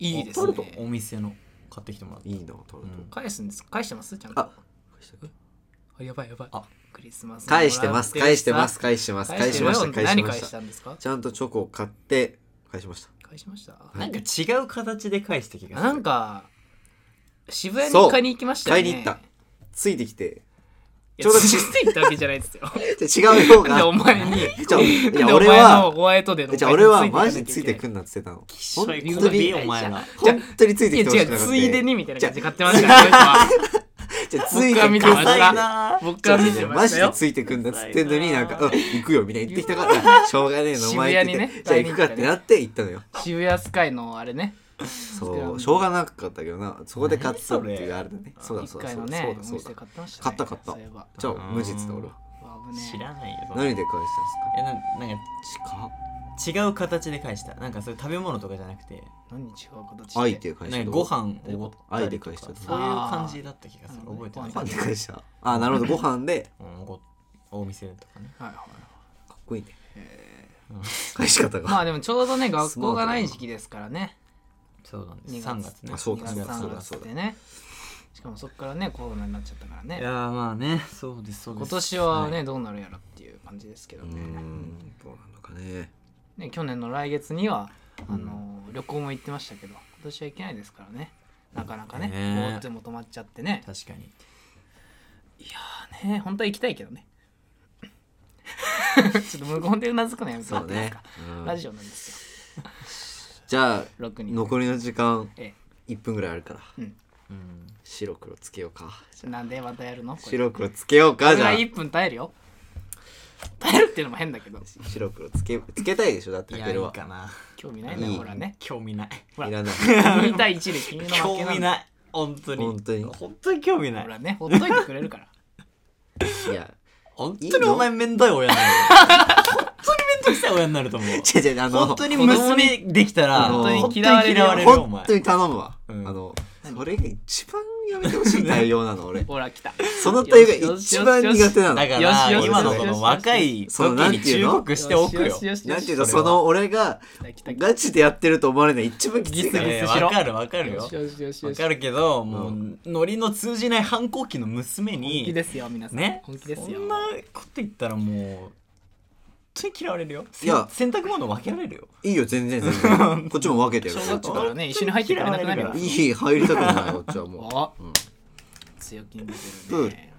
[SPEAKER 3] いいです
[SPEAKER 1] タルトお
[SPEAKER 3] ね
[SPEAKER 1] 店の買ってきてもらった
[SPEAKER 2] いいなタルト
[SPEAKER 1] うん
[SPEAKER 3] 返すんです返してますちゃんと
[SPEAKER 2] あ
[SPEAKER 3] あやばいやばい
[SPEAKER 1] あ
[SPEAKER 3] クリスマスに
[SPEAKER 2] 返してます
[SPEAKER 3] もら
[SPEAKER 2] 返
[SPEAKER 3] ってさ
[SPEAKER 2] してます返してます返しました
[SPEAKER 3] 返
[SPEAKER 2] 返
[SPEAKER 3] して
[SPEAKER 2] し
[SPEAKER 3] るよ
[SPEAKER 2] ま
[SPEAKER 3] 何返
[SPEAKER 2] し
[SPEAKER 3] したたんですか
[SPEAKER 2] ちゃんとチョコを買って返しました
[SPEAKER 3] 返しました
[SPEAKER 2] い
[SPEAKER 1] なんか違う形で返した気がする
[SPEAKER 3] なんか渋谷
[SPEAKER 2] そ
[SPEAKER 3] に
[SPEAKER 2] う
[SPEAKER 3] 買いに行きましたよね
[SPEAKER 2] 買いに行ったついてき て
[SPEAKER 3] ち
[SPEAKER 2] ち
[SPEAKER 3] ょ
[SPEAKER 2] ょ
[SPEAKER 3] う
[SPEAKER 2] う
[SPEAKER 3] ど
[SPEAKER 2] ど
[SPEAKER 3] ちって行ったわけじゃな いですよ
[SPEAKER 2] で違うよう
[SPEAKER 3] なんで
[SPEAKER 2] が
[SPEAKER 3] お前に
[SPEAKER 2] じゃあい
[SPEAKER 3] なん
[SPEAKER 2] や
[SPEAKER 3] でお
[SPEAKER 2] 俺
[SPEAKER 3] 前の
[SPEAKER 2] は
[SPEAKER 3] ホワイトデーの
[SPEAKER 2] じゃあ俺はマ
[SPEAKER 3] お
[SPEAKER 2] ジ
[SPEAKER 3] 前
[SPEAKER 2] で
[SPEAKER 3] に
[SPEAKER 2] ついてくんなって言ってたの
[SPEAKER 1] 一緒に
[SPEAKER 3] 本
[SPEAKER 1] 行
[SPEAKER 3] 当
[SPEAKER 1] く
[SPEAKER 3] に
[SPEAKER 1] でお前ら
[SPEAKER 2] 本当について
[SPEAKER 3] い
[SPEAKER 2] きてほ
[SPEAKER 3] や違
[SPEAKER 2] しくなか
[SPEAKER 3] う
[SPEAKER 2] った
[SPEAKER 3] ついでにみたいな感じで買ってましたか らね
[SPEAKER 2] じゃあついて
[SPEAKER 3] 僕は見てました
[SPEAKER 2] くんな
[SPEAKER 1] な
[SPEAKER 3] 僕
[SPEAKER 2] じゃ
[SPEAKER 3] は
[SPEAKER 2] あ
[SPEAKER 3] 見てま
[SPEAKER 2] マジ
[SPEAKER 3] した
[SPEAKER 2] で
[SPEAKER 3] よ
[SPEAKER 2] ついてくんなっつってんのになんか「うん行くよ」みたいな言ってきた からしょうがねえのお前って言って
[SPEAKER 3] 渋谷にね
[SPEAKER 2] じゃあ行くかってなって行ったのよ
[SPEAKER 3] 渋谷スカイのあれね
[SPEAKER 2] そうしょうがなかったけどなそこで買ったっていうあれだね
[SPEAKER 1] 何
[SPEAKER 2] そうだ
[SPEAKER 3] 一
[SPEAKER 2] そうだ
[SPEAKER 3] 回
[SPEAKER 2] そ
[SPEAKER 3] の
[SPEAKER 2] うだそう
[SPEAKER 3] ね
[SPEAKER 2] だ
[SPEAKER 3] お
[SPEAKER 2] そう
[SPEAKER 3] 店
[SPEAKER 2] だ
[SPEAKER 3] 買ってました
[SPEAKER 2] 買っ
[SPEAKER 3] ね
[SPEAKER 2] た買った
[SPEAKER 3] そういえば
[SPEAKER 2] じゃあ無実だ俺は
[SPEAKER 3] うわ危ねえ
[SPEAKER 1] 知らないよ
[SPEAKER 2] 何で返した
[SPEAKER 1] えななんか
[SPEAKER 2] ん
[SPEAKER 1] 違う形で返したなんかそれ食べ物とかじゃなくて
[SPEAKER 3] 何に違う形
[SPEAKER 2] で
[SPEAKER 3] し
[SPEAKER 2] す
[SPEAKER 3] て
[SPEAKER 2] か愛で返した
[SPEAKER 1] なんかご飯おごっ
[SPEAKER 2] 愛
[SPEAKER 1] た
[SPEAKER 2] で
[SPEAKER 1] りと
[SPEAKER 2] 返
[SPEAKER 1] か
[SPEAKER 2] し
[SPEAKER 1] そう
[SPEAKER 2] た
[SPEAKER 1] いう感じだった気がする
[SPEAKER 3] あー
[SPEAKER 1] 覚えてない
[SPEAKER 3] ご
[SPEAKER 2] ご
[SPEAKER 3] 飯
[SPEAKER 2] 飯
[SPEAKER 1] け
[SPEAKER 2] で
[SPEAKER 1] ど
[SPEAKER 2] 返したあなるほどご飯で
[SPEAKER 1] うんおごっお店とかね
[SPEAKER 3] はいはい
[SPEAKER 2] かっこいいね返し方
[SPEAKER 3] ま
[SPEAKER 2] が
[SPEAKER 3] あでもちょうど ね学
[SPEAKER 2] スマー
[SPEAKER 3] 校
[SPEAKER 2] トだ
[SPEAKER 3] が
[SPEAKER 2] な
[SPEAKER 3] ない時期ですからね
[SPEAKER 1] そうなんで
[SPEAKER 3] 2
[SPEAKER 1] す3月ね
[SPEAKER 2] あそうだそ
[SPEAKER 3] 2
[SPEAKER 2] う
[SPEAKER 3] 月
[SPEAKER 2] だ
[SPEAKER 3] 3
[SPEAKER 2] そうだ
[SPEAKER 3] 月ってねしかもそっからねコロナになっちゃったから
[SPEAKER 1] い
[SPEAKER 3] ね
[SPEAKER 1] やーまあねそうですそうです
[SPEAKER 3] 今年はねどうなるやらっていう感じですけど
[SPEAKER 2] うー
[SPEAKER 3] ね
[SPEAKER 2] んどうなのかね
[SPEAKER 3] ね去年の来月にはあの旅行も行ってましたけど今年は行けないですからねなかなかね
[SPEAKER 1] ね
[SPEAKER 3] GoTo も止まっちゃってね
[SPEAKER 1] 確かに
[SPEAKER 3] ね本当は行きたいけ どねちょっと無言でうなずくのやめて
[SPEAKER 2] そ
[SPEAKER 3] もら
[SPEAKER 2] う
[SPEAKER 3] っていい
[SPEAKER 2] ね
[SPEAKER 3] ですか
[SPEAKER 2] うん
[SPEAKER 3] ラジオなんです
[SPEAKER 2] じゃあ
[SPEAKER 3] よ6人
[SPEAKER 2] 残りの時間
[SPEAKER 3] え
[SPEAKER 2] 1分ぐらいあるから
[SPEAKER 1] うん
[SPEAKER 2] 白黒つけようか
[SPEAKER 3] えなんでまたやるのこれ
[SPEAKER 2] 白黒つけようか
[SPEAKER 3] こ
[SPEAKER 2] じ
[SPEAKER 3] れ
[SPEAKER 2] ゃ
[SPEAKER 3] は
[SPEAKER 2] あ
[SPEAKER 3] 1分耐えるよ耐えるっていうのも変だけど
[SPEAKER 2] 白黒つけつけたいでしょだって
[SPEAKER 1] い
[SPEAKER 2] た
[SPEAKER 1] や
[SPEAKER 2] け
[SPEAKER 1] い
[SPEAKER 2] る
[SPEAKER 1] い
[SPEAKER 2] は
[SPEAKER 1] かな
[SPEAKER 3] 興味ないね
[SPEAKER 2] いい
[SPEAKER 3] ほらね
[SPEAKER 1] 興味ない
[SPEAKER 3] ほら
[SPEAKER 2] い らない
[SPEAKER 3] 2対1で君の負け
[SPEAKER 1] 興
[SPEAKER 3] な
[SPEAKER 1] 味
[SPEAKER 3] んだ
[SPEAKER 1] ない本当に
[SPEAKER 2] 本当に
[SPEAKER 1] 本当に興味な
[SPEAKER 3] ほ
[SPEAKER 1] い
[SPEAKER 3] らねほっといてくれるから
[SPEAKER 2] いや
[SPEAKER 1] 本
[SPEAKER 2] いい
[SPEAKER 1] 当に
[SPEAKER 2] の
[SPEAKER 1] お前めんどい親になる本当にめんどくさい親になると思 う
[SPEAKER 2] 違う違うあの
[SPEAKER 1] 本当に娘できたら
[SPEAKER 2] 子供に
[SPEAKER 1] 本当に嫌われるよ
[SPEAKER 3] 本当に嫌われる
[SPEAKER 1] お
[SPEAKER 2] 本
[SPEAKER 1] 前
[SPEAKER 2] 当に頼むわ、
[SPEAKER 1] うん
[SPEAKER 2] あのそれが一番やめてほしい対応なの俺
[SPEAKER 3] ほら来た
[SPEAKER 2] その対応が一番苦手
[SPEAKER 1] だ
[SPEAKER 2] なの
[SPEAKER 1] か
[SPEAKER 3] よしよ
[SPEAKER 1] ら
[SPEAKER 3] し
[SPEAKER 1] 今のこ
[SPEAKER 3] よしよし
[SPEAKER 1] の若い時に忠告しておくよ
[SPEAKER 3] ししし
[SPEAKER 2] なんていう
[SPEAKER 3] よ
[SPEAKER 2] のその俺が
[SPEAKER 3] し来た来た
[SPEAKER 2] ガチでやってると思われるのが一番きつい
[SPEAKER 3] ギス
[SPEAKER 2] から
[SPEAKER 3] ギ
[SPEAKER 1] えー
[SPEAKER 3] しろ
[SPEAKER 1] わかるわかる
[SPEAKER 3] よ
[SPEAKER 1] よ
[SPEAKER 3] しよしよしよ
[SPEAKER 1] わ
[SPEAKER 3] し
[SPEAKER 1] かるけども
[SPEAKER 2] う
[SPEAKER 1] うノリの通じない反抗期の娘
[SPEAKER 3] 本気
[SPEAKER 1] に
[SPEAKER 3] ですよ皆さん、
[SPEAKER 1] ね
[SPEAKER 3] 本気です
[SPEAKER 1] そ
[SPEAKER 3] よ
[SPEAKER 1] んなこと言ったらもう本当に嫌われるよせ
[SPEAKER 2] いや
[SPEAKER 1] 洗濯物分けられるよ
[SPEAKER 2] いいよ全然全然こっちも分けてる
[SPEAKER 3] 小
[SPEAKER 2] こっ
[SPEAKER 3] 学
[SPEAKER 2] ち
[SPEAKER 3] 校
[SPEAKER 2] か
[SPEAKER 3] かららね一緒に入ってくれなくなるよ
[SPEAKER 1] 本
[SPEAKER 2] いい入りたくないこっちはも
[SPEAKER 3] あ
[SPEAKER 2] う、うん
[SPEAKER 3] 強気に出て
[SPEAKER 2] プ
[SPEAKER 3] る
[SPEAKER 2] ール
[SPEAKER 3] ね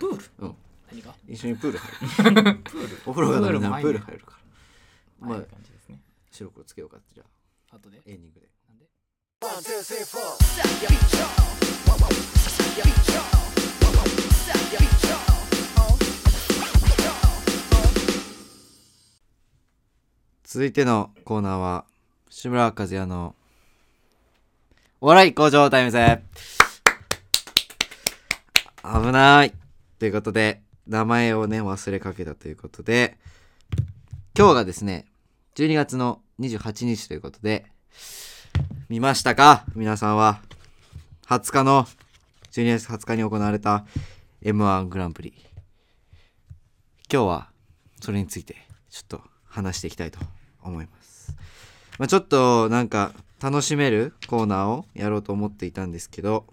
[SPEAKER 1] プール
[SPEAKER 2] うん、
[SPEAKER 3] 何が
[SPEAKER 2] 一緒にプール入るお風呂がダメならプール入るからまあ
[SPEAKER 1] 感じですね
[SPEAKER 2] 白黒つけようかってじゃあ
[SPEAKER 3] 後で
[SPEAKER 2] エンディングで。
[SPEAKER 3] なんで
[SPEAKER 2] 続いてのコーナーは志村和也のお笑い工場タイムズ危ないということで名前をね忘れかけたということで今日がですね12月の28日ということで見ましたか皆さんは20日の12月20日に行われた m 1グランプリ今日はそれについてちょっと話していきたいと思います、まあ、ちょっとなんか楽しめるコーナーをやろうと思っていたんですけど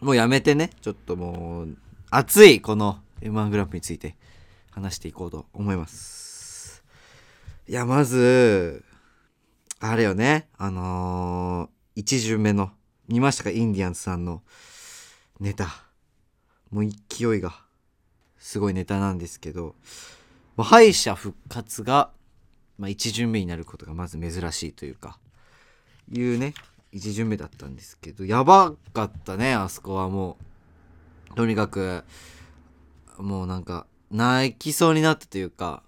[SPEAKER 2] もうやめてねちょっともう熱いこの m 1グランプリについて話していこうと思いますいやまずあれよねあのー、1巡目の見ましたかインディアンスさんのネタもう勢いがすごいネタなんですけどまあ敗者復活が、まあ、1巡目になることがまず珍しいというかいうね1巡目だったんですけどやばかったねあそこはもうとにかくもうなんか泣きそうになったというか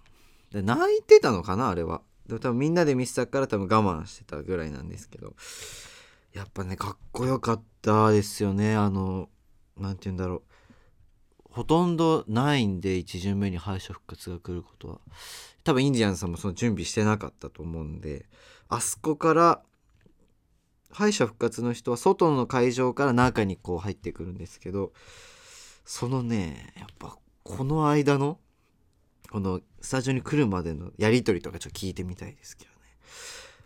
[SPEAKER 2] で泣いてたのかなあれはでも多分みんなで見せたから多分我慢してたぐらいなんですけどやっぱねかっこよかったですよねあのなんて言うんだろうほとんどないんで1巡目に敗者復活が来ることは多分インディアンスさんもその準備してなかったと思うんであそこから敗者復活の人は外の会場から中にこう入ってくるんですけどそのねやっぱこの間のこのスタジオに来るまでのやり取りとかちょっと聞いてみたいですけどね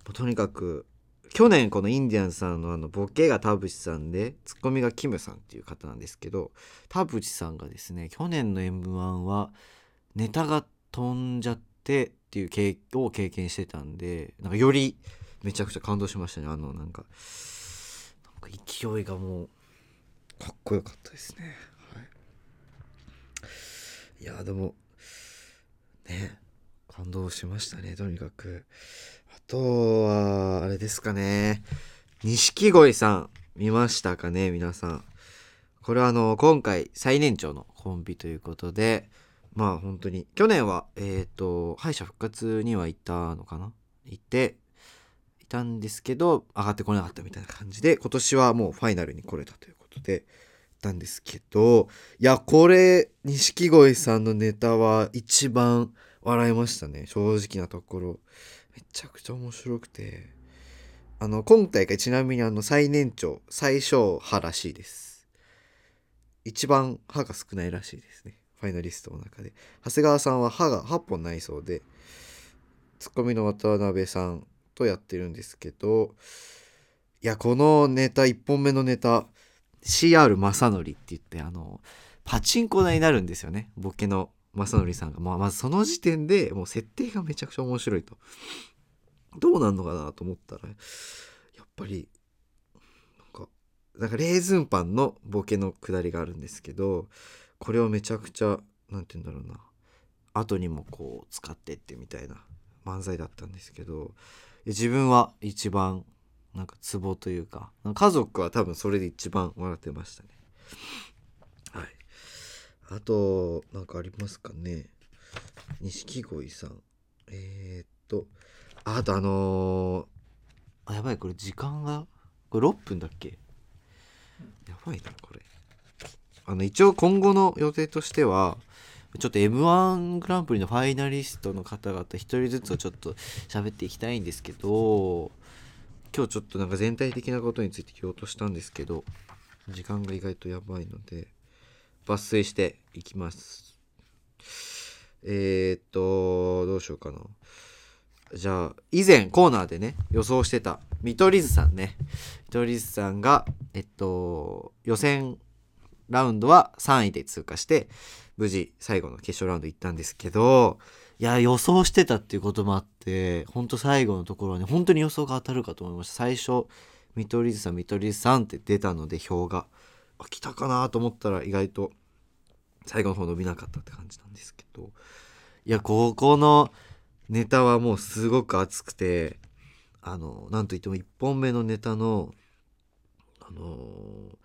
[SPEAKER 2] もうとにかく去年このインディアンスさんのあのボケが田淵さんでツッコミがキムさんっていう方なんですけど田淵さんがですね去年の m 1はネタが飛んじゃってっていう経を経験してたんでなんかよりめちゃくちゃ感動しましたねあのなんかなんか勢いがもうかっこよかったですね、はい、いやでもね感動しましたねとにかくあとはあれですかね錦鯉さん見ましたかね皆さんこれはあの今回最年長のコンビということでまあ本当に去年はえっ、と敗者復活にはいたのかないていたんですけど上がってこなかったみたいな感じで今年はもうファイナルに来れたということでなんですけどいやこれ錦鯉さんのネタは一番笑いましたね正直なところめちゃくちゃ面白くてあの今大会ちなみにあの最年長最小派らしいです一番歯が少ないらしいですねファイナリストの中で長谷川さんは歯が8本ないそうでツッコミの渡辺さんとやってるんですけどいやこのネタ1本目のネタ CR 正則って言ってあのパチンコ台になるんですよねボケの正則さんが、まあ、まずその時点でもう設定がめちゃくちゃ面白いとどうなんのかなと思ったらやっぱりなんかなんかレーズンパンのボケのくだりがあるんですけどこれをめちゃくちゃなんて言うんだろうな後にもこう使ってってみたいな漫才だったんですけど自分は一番なんかツボというかなんか家族は多分それで一番笑ってましたねはいあとなんかありますかね錦鯉さんえー、っとあとあのーあやばいこれ時間がこれ6分だっけやばいなこれあの一応今後の予定としてはちょっと m 1グランプリのファイナリストの方々一人ずつをちょっと喋っていきたいんですけど今日ちょっとなんか全体的なことについて聞こうとしたんですけど時間が意外とやばいので抜粋していきますえー、っとどうしようかなじゃあ以前コーナーでね予想してた見取り図さんね見取り図さんがえっと予選ラウンドは3位で通過して無事最後の決勝ラウンド行ったんですけどいや予想してたっていうこともあって本当最後のところはね本当に予想が当たるかと思いました最初見取り図さん見取り図さんって出たので票があ来たかなと思ったら意外と最後の方伸びなかったって感じなんですけどいやここのネタはもうすごく熱くてあのなんといっても1本目のネタのあのー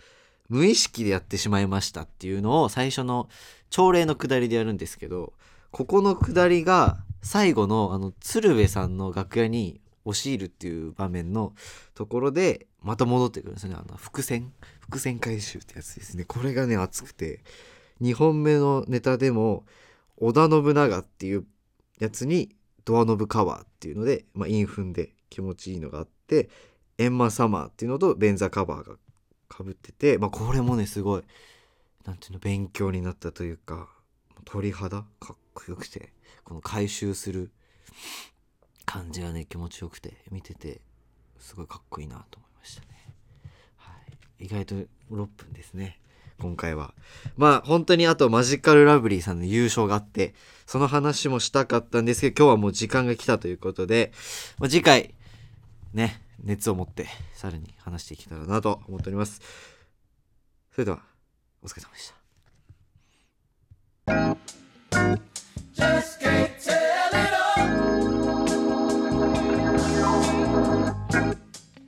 [SPEAKER 2] 無意識でやってしまいましたっていうのを最初の朝礼の下りでやるんですけどここの下りが最後のあの鶴瓶さんの楽屋に押し入るっていう場面のところでまた戻ってくるんですよねあの伏線伏線回収ってやつですねこれがね熱くて2本目のネタでも織田信長っていうやつにドアノブカワーっていうので、まあ、インフンで気持ちいいのがあってエンマサマーっていうのとベンザカバーがかぶってて、まあ、これもねすごいなんていうの勉強になったというか鳥肌かっこよくてこの回収する感じがね気持ちよくて見ててすごいかっこいいなと思いましたね、はい、意外と6分ですね今回はまあ本当にあとマジカルラブリーさんの優勝があってその話もしたかったんですけど今日はもう時間が来たということで、まあ、次回ね熱を持ってさらに話していけたらなと思っておりますそれではお疲れ様でした
[SPEAKER 5] Just can't tell it all. Just can't tell it all.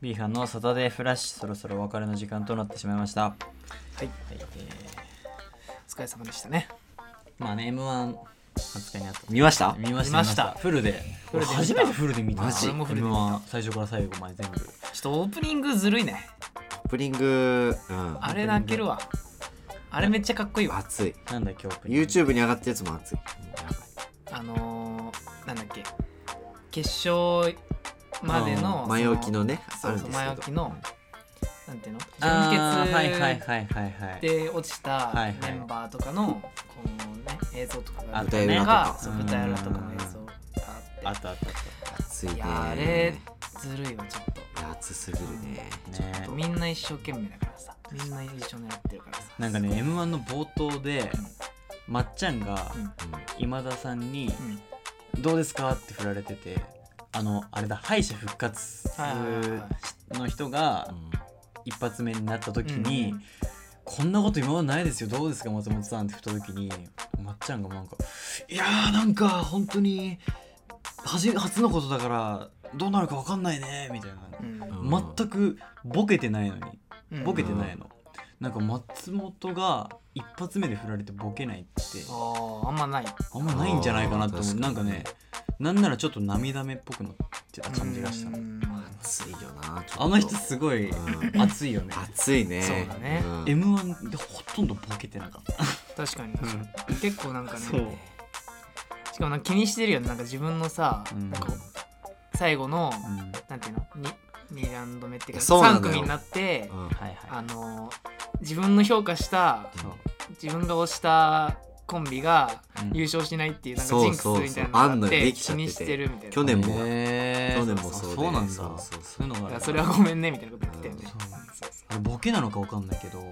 [SPEAKER 1] ビーファンのサタデーフラッシュそろそろお別れの時間となってしまいました、は
[SPEAKER 3] はい
[SPEAKER 1] いえ
[SPEAKER 3] お疲れ様でしたね
[SPEAKER 1] ー、まあね m 1扱いになった
[SPEAKER 2] 見ました
[SPEAKER 1] 見ました
[SPEAKER 3] 見ました
[SPEAKER 1] フルで
[SPEAKER 3] フルで見た
[SPEAKER 1] 俺初めてフルで見た
[SPEAKER 2] マジ
[SPEAKER 1] 俺もフルで見た
[SPEAKER 3] M1
[SPEAKER 1] 最初から最後まで全部
[SPEAKER 3] ちょっとオープニングずるいね
[SPEAKER 2] オープニング、うん、
[SPEAKER 3] あれ泣けるわあれめっちゃかっこいいわ
[SPEAKER 2] 熱い
[SPEAKER 1] なんだっけオープニング
[SPEAKER 2] YouTube に上がったやつも熱い、
[SPEAKER 3] あのー、なんだっけ決勝までの
[SPEAKER 2] うん前置きのね
[SPEAKER 3] そ
[SPEAKER 2] あ
[SPEAKER 3] の
[SPEAKER 2] るん
[SPEAKER 3] そ
[SPEAKER 2] ですけ
[SPEAKER 3] うそう前
[SPEAKER 2] ど
[SPEAKER 3] 置きのなんていうの
[SPEAKER 1] あー
[SPEAKER 3] 純
[SPEAKER 1] はいはい
[SPEAKER 3] 潔
[SPEAKER 1] はいはいはい
[SPEAKER 3] で落ちた
[SPEAKER 1] はいはい
[SPEAKER 3] メンバーとかの、このね映像とかが
[SPEAKER 1] あ
[SPEAKER 2] 舞台裏とか
[SPEAKER 3] そう舞台裏とかの映像があ
[SPEAKER 1] あ
[SPEAKER 3] っ
[SPEAKER 1] ったあったあっ
[SPEAKER 2] 熱いね
[SPEAKER 3] ていやあれずるいわちょっと
[SPEAKER 2] 熱すぎるね
[SPEAKER 1] たね
[SPEAKER 3] みんな一生懸命だからさみんな一緒にやってるからさ
[SPEAKER 1] なんかね m 1の冒頭でまっちゃんが
[SPEAKER 3] うん
[SPEAKER 1] 今田さんに
[SPEAKER 3] う
[SPEAKER 1] 「
[SPEAKER 3] ん
[SPEAKER 1] どうですか?」って振られててあのあれだ敗者復活
[SPEAKER 3] はいはいはいは
[SPEAKER 1] の人が
[SPEAKER 2] うん
[SPEAKER 1] 一発目になった時に、
[SPEAKER 3] うん
[SPEAKER 1] こんなこと今までないですよどうですか松本さんって振った時にまっちゃんがなんか「いやーなんか本当に初初のことだからどうなるか分かんないね」みたいな、
[SPEAKER 3] うん
[SPEAKER 2] うん
[SPEAKER 1] 全くボケてないのに
[SPEAKER 3] うん
[SPEAKER 1] ボケてないの、なんか松本が一発目で振られてボケないって
[SPEAKER 3] あああんまない
[SPEAKER 1] あんまないんじゃないかなと思
[SPEAKER 2] あ
[SPEAKER 1] う
[SPEAKER 2] ー
[SPEAKER 1] なん
[SPEAKER 2] 確
[SPEAKER 1] か
[SPEAKER 2] かに
[SPEAKER 1] ねなんならちょっと涙目っぽくなってた感じがしたの
[SPEAKER 3] うん
[SPEAKER 2] 熱いよなちょっと
[SPEAKER 1] あの人すごい
[SPEAKER 2] うん
[SPEAKER 1] 熱いよね
[SPEAKER 2] 熱いね
[SPEAKER 3] そうだね
[SPEAKER 2] ん
[SPEAKER 1] m 1でほとんどボケてなかった
[SPEAKER 3] 確かに確かに結構なんか
[SPEAKER 1] そう
[SPEAKER 3] ねしかもなんか気にしてるよねなんか自分のさ、
[SPEAKER 1] うん
[SPEAKER 3] なんか最後の、
[SPEAKER 1] うん
[SPEAKER 3] なんていうのに2ラウンド目っていうか
[SPEAKER 2] そうな
[SPEAKER 3] 3
[SPEAKER 2] んだよ
[SPEAKER 3] 組になって、
[SPEAKER 2] う
[SPEAKER 1] は
[SPEAKER 2] ん
[SPEAKER 1] いは
[SPEAKER 3] あ
[SPEAKER 1] い
[SPEAKER 3] の自分の評価した
[SPEAKER 1] そう
[SPEAKER 3] 自分が推したコンビが
[SPEAKER 1] うん
[SPEAKER 3] 優勝しないっていうなんか
[SPEAKER 2] そう
[SPEAKER 3] ジンクスみたいな
[SPEAKER 2] そうそうあんの
[SPEAKER 3] のがあ
[SPEAKER 2] よ
[SPEAKER 3] って
[SPEAKER 2] できち
[SPEAKER 3] 気
[SPEAKER 2] ゃってて
[SPEAKER 3] にしてるみたいな
[SPEAKER 2] 去年も
[SPEAKER 1] へー
[SPEAKER 2] 去年もそうで
[SPEAKER 1] そうなんだ
[SPEAKER 2] そうそうそう
[SPEAKER 1] そういうの
[SPEAKER 3] だか
[SPEAKER 1] があ
[SPEAKER 3] ら
[SPEAKER 1] る
[SPEAKER 3] それはごめんねみたいなこと言ってたよね
[SPEAKER 1] そう俺ボケなのかわかんないけど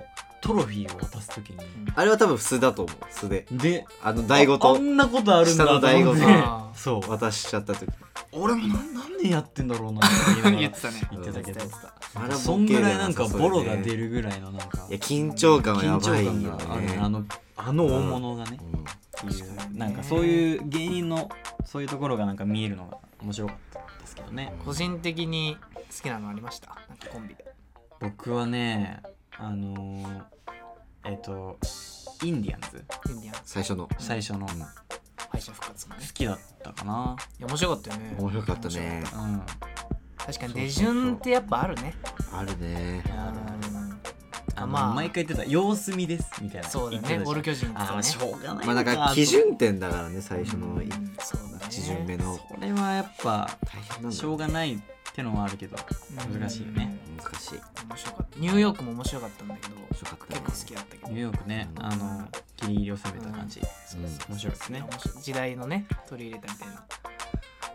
[SPEAKER 1] トロフィーを渡す時に
[SPEAKER 2] あれは多分素だと思う素で
[SPEAKER 1] で
[SPEAKER 2] あの台ごと
[SPEAKER 1] ああんなことあるんだと思って
[SPEAKER 2] 下の台
[SPEAKER 3] ごと
[SPEAKER 1] そう
[SPEAKER 2] 渡しちゃった時
[SPEAKER 1] 俺もな何年やってんだろうな
[SPEAKER 3] う
[SPEAKER 1] っ
[SPEAKER 3] ん
[SPEAKER 1] て
[SPEAKER 3] 言ってたね
[SPEAKER 1] 言ってたけど
[SPEAKER 3] 言ってた
[SPEAKER 2] あれはボケ
[SPEAKER 1] そんぐらいなんか
[SPEAKER 2] がなさそうだ
[SPEAKER 1] ボ
[SPEAKER 2] よね
[SPEAKER 1] ロが出るぐらいのなんか
[SPEAKER 2] いや緊張感はや
[SPEAKER 1] 緊張
[SPEAKER 2] ばいよ
[SPEAKER 1] 感
[SPEAKER 2] ね
[SPEAKER 1] があるねあのあの大物がね
[SPEAKER 2] うん
[SPEAKER 1] っていうなんかそういう芸人のそういうところがなんか見えるのが面白かったですけどね
[SPEAKER 3] 個人的に好きなのありましたなんかコンビで
[SPEAKER 1] 僕はねあのーえっとインディアンズ
[SPEAKER 3] インディアン
[SPEAKER 2] 最初の
[SPEAKER 1] 最初の好
[SPEAKER 3] 敗者復活もね
[SPEAKER 1] きだったかない
[SPEAKER 3] や面白かったよね
[SPEAKER 2] 面白かった
[SPEAKER 3] 面白
[SPEAKER 2] ね
[SPEAKER 3] かっ
[SPEAKER 1] うん
[SPEAKER 3] た確かに出順ってやっぱあるね
[SPEAKER 2] あるね
[SPEAKER 1] あるあ
[SPEAKER 3] あ
[SPEAKER 1] の
[SPEAKER 3] まあ
[SPEAKER 1] 毎回言ってた様子見ですみたいな
[SPEAKER 3] そうだ
[SPEAKER 1] 言ってたじ
[SPEAKER 3] ね
[SPEAKER 1] ゃん
[SPEAKER 3] オール巨人と
[SPEAKER 1] あ
[SPEAKER 3] か
[SPEAKER 1] ー
[SPEAKER 3] ね
[SPEAKER 1] しょうがない
[SPEAKER 2] まあだから基準点だからね最初の
[SPEAKER 3] うんそうだね
[SPEAKER 2] 1巡目の
[SPEAKER 1] これはやっぱ
[SPEAKER 2] 大変なんだ
[SPEAKER 1] しょう
[SPEAKER 2] よ
[SPEAKER 1] がないってのはあるけど
[SPEAKER 3] うん
[SPEAKER 1] 難しいよね
[SPEAKER 2] 難しい面
[SPEAKER 3] 面白かったニューヨークも面白かったんだけど結
[SPEAKER 2] 白かったね
[SPEAKER 3] 構好きだったけど
[SPEAKER 1] ニューヨークね
[SPEAKER 2] うん
[SPEAKER 1] あのギリギリを攻めた感じ
[SPEAKER 2] うん
[SPEAKER 1] 面白いですね
[SPEAKER 3] 面白い時代のね取り入れたみたい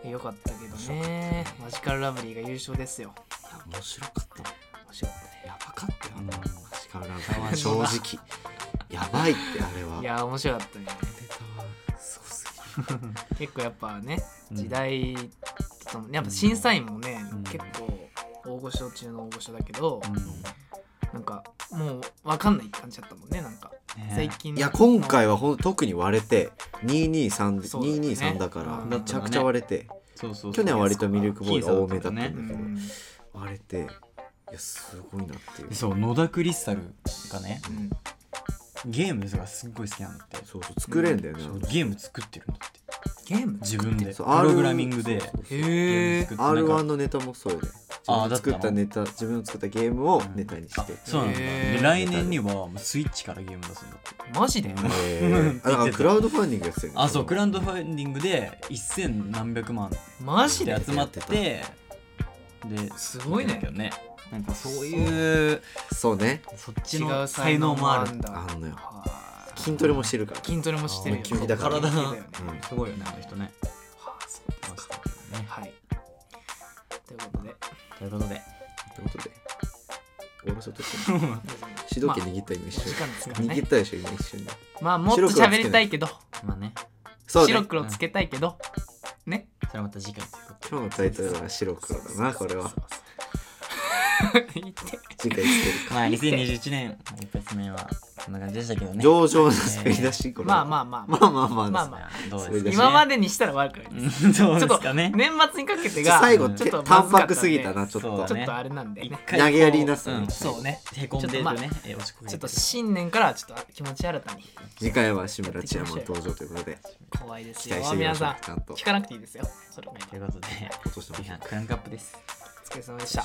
[SPEAKER 3] なよかったけどねマジカルラブリーが優勝ですよ
[SPEAKER 2] いや面白かった
[SPEAKER 3] 面白かったね
[SPEAKER 2] やばかったよ
[SPEAKER 1] うん
[SPEAKER 2] マジカルラブリーは正直やばいってあれはい
[SPEAKER 3] やー面白かったね
[SPEAKER 2] すごす
[SPEAKER 3] 結構やっぱね
[SPEAKER 1] うん
[SPEAKER 3] 時代ともやっぱ審査員もね、
[SPEAKER 1] うん
[SPEAKER 3] 結構大御所中の大御所だけど、
[SPEAKER 1] うん
[SPEAKER 3] なんかもう分かんない感じだったもんねなんか
[SPEAKER 1] ね
[SPEAKER 3] 最近
[SPEAKER 2] いや今回はほん特に割れて223で
[SPEAKER 3] そうだよね
[SPEAKER 2] 223だから
[SPEAKER 1] うん
[SPEAKER 2] めちゃくちゃ割れて
[SPEAKER 1] そうそうそう
[SPEAKER 2] 去年は割とミルクボーイが多めだったんだけ
[SPEAKER 3] う
[SPEAKER 2] ど
[SPEAKER 3] ん
[SPEAKER 2] 割れていやすごいなっていう
[SPEAKER 1] で
[SPEAKER 2] そ
[SPEAKER 1] そう野田クリスタルがね
[SPEAKER 3] うん
[SPEAKER 1] ゲームがすっごい好きなんだって
[SPEAKER 2] うそう作れんだよね
[SPEAKER 1] そうゲーム作ってるんだって
[SPEAKER 3] ゲーム
[SPEAKER 1] 自分でプ
[SPEAKER 2] そう R-
[SPEAKER 1] ログラミングで
[SPEAKER 2] そうそうそう
[SPEAKER 3] へえ
[SPEAKER 1] ゲーム作ってなんか
[SPEAKER 2] R1 のネタもそうよね
[SPEAKER 1] あー
[SPEAKER 2] 自分の作っ
[SPEAKER 1] だった
[SPEAKER 2] た
[SPEAKER 1] の
[SPEAKER 2] ネタ自分の作ったゲームをネタにして
[SPEAKER 1] そうなんだ
[SPEAKER 3] へ
[SPEAKER 1] で
[SPEAKER 3] ー
[SPEAKER 1] 来年にはもうスイッチからゲーム出すんだって
[SPEAKER 3] マジで
[SPEAKER 2] へーあだからクラウドファンディングやってたよね
[SPEAKER 1] あそうクラウドファンディングで1000何百万
[SPEAKER 3] マジ
[SPEAKER 1] で
[SPEAKER 3] で
[SPEAKER 1] 集まっててです
[SPEAKER 3] すごいね
[SPEAKER 1] けどねなんかそういう
[SPEAKER 2] そうね
[SPEAKER 1] そっち
[SPEAKER 3] 違
[SPEAKER 1] の
[SPEAKER 3] う
[SPEAKER 1] 才能もある
[SPEAKER 3] んだ
[SPEAKER 2] あんのよ
[SPEAKER 3] はあ
[SPEAKER 2] 筋トレもしてるから
[SPEAKER 3] 筋トレもしてるよ
[SPEAKER 2] あ急にだから
[SPEAKER 3] 体だよね
[SPEAKER 2] うん
[SPEAKER 1] すごいよねあの人ね
[SPEAKER 3] はあそうで
[SPEAKER 1] マ
[SPEAKER 3] すか
[SPEAKER 1] ジでね
[SPEAKER 3] はいということで
[SPEAKER 1] ということで
[SPEAKER 2] ってこと で俺ちょっと主導権握った今一
[SPEAKER 3] お時
[SPEAKER 2] 瞬
[SPEAKER 3] 間ですからね
[SPEAKER 2] 握ったでしょ今一瞬で
[SPEAKER 3] まあもっと喋りたいけど
[SPEAKER 1] まあね
[SPEAKER 2] そうね
[SPEAKER 3] 白黒つけたいけどね
[SPEAKER 1] それはまた次回ということで
[SPEAKER 2] 今日のタイトルは白黒だなこれは
[SPEAKER 3] 言って
[SPEAKER 2] 次回つける
[SPEAKER 1] まあ2021年一発目はこんな感じでしたけどね
[SPEAKER 2] 上々の滑り出しこれ
[SPEAKER 3] まあま
[SPEAKER 2] あ
[SPEAKER 3] あまあ
[SPEAKER 2] まあまあまあ
[SPEAKER 3] まあ
[SPEAKER 1] ま
[SPEAKER 3] ま
[SPEAKER 1] あどう
[SPEAKER 2] 滑
[SPEAKER 1] で
[SPEAKER 2] り
[SPEAKER 1] す
[SPEAKER 2] 出
[SPEAKER 1] か
[SPEAKER 2] し
[SPEAKER 3] 今までにしたら悪くないです
[SPEAKER 1] うん どうで
[SPEAKER 3] ちょ
[SPEAKER 1] す
[SPEAKER 3] っと
[SPEAKER 1] かね
[SPEAKER 3] 年末にかけてが
[SPEAKER 2] 最後
[SPEAKER 1] うん
[SPEAKER 2] て
[SPEAKER 3] ちょっと
[SPEAKER 2] 淡白すぎたなちょ
[SPEAKER 1] そう
[SPEAKER 2] っと
[SPEAKER 3] ちょっとあれなんで
[SPEAKER 1] 一
[SPEAKER 3] ね
[SPEAKER 1] 回
[SPEAKER 2] 投げやりになったね
[SPEAKER 1] そうねへこんでるとねえ落ち込み
[SPEAKER 3] ちょっと新年からはちょっと気持ち新たに
[SPEAKER 2] 次回は志村千山登場ということで
[SPEAKER 3] 怖いです
[SPEAKER 2] 期
[SPEAKER 3] よ
[SPEAKER 2] 待してみま
[SPEAKER 3] 皆
[SPEAKER 2] しょ
[SPEAKER 3] さ
[SPEAKER 2] うんちゃんと
[SPEAKER 3] 聞かなくていいですよそれも
[SPEAKER 1] ということで
[SPEAKER 2] 落としてましょう
[SPEAKER 1] クランクアップです
[SPEAKER 3] お疲れ様でした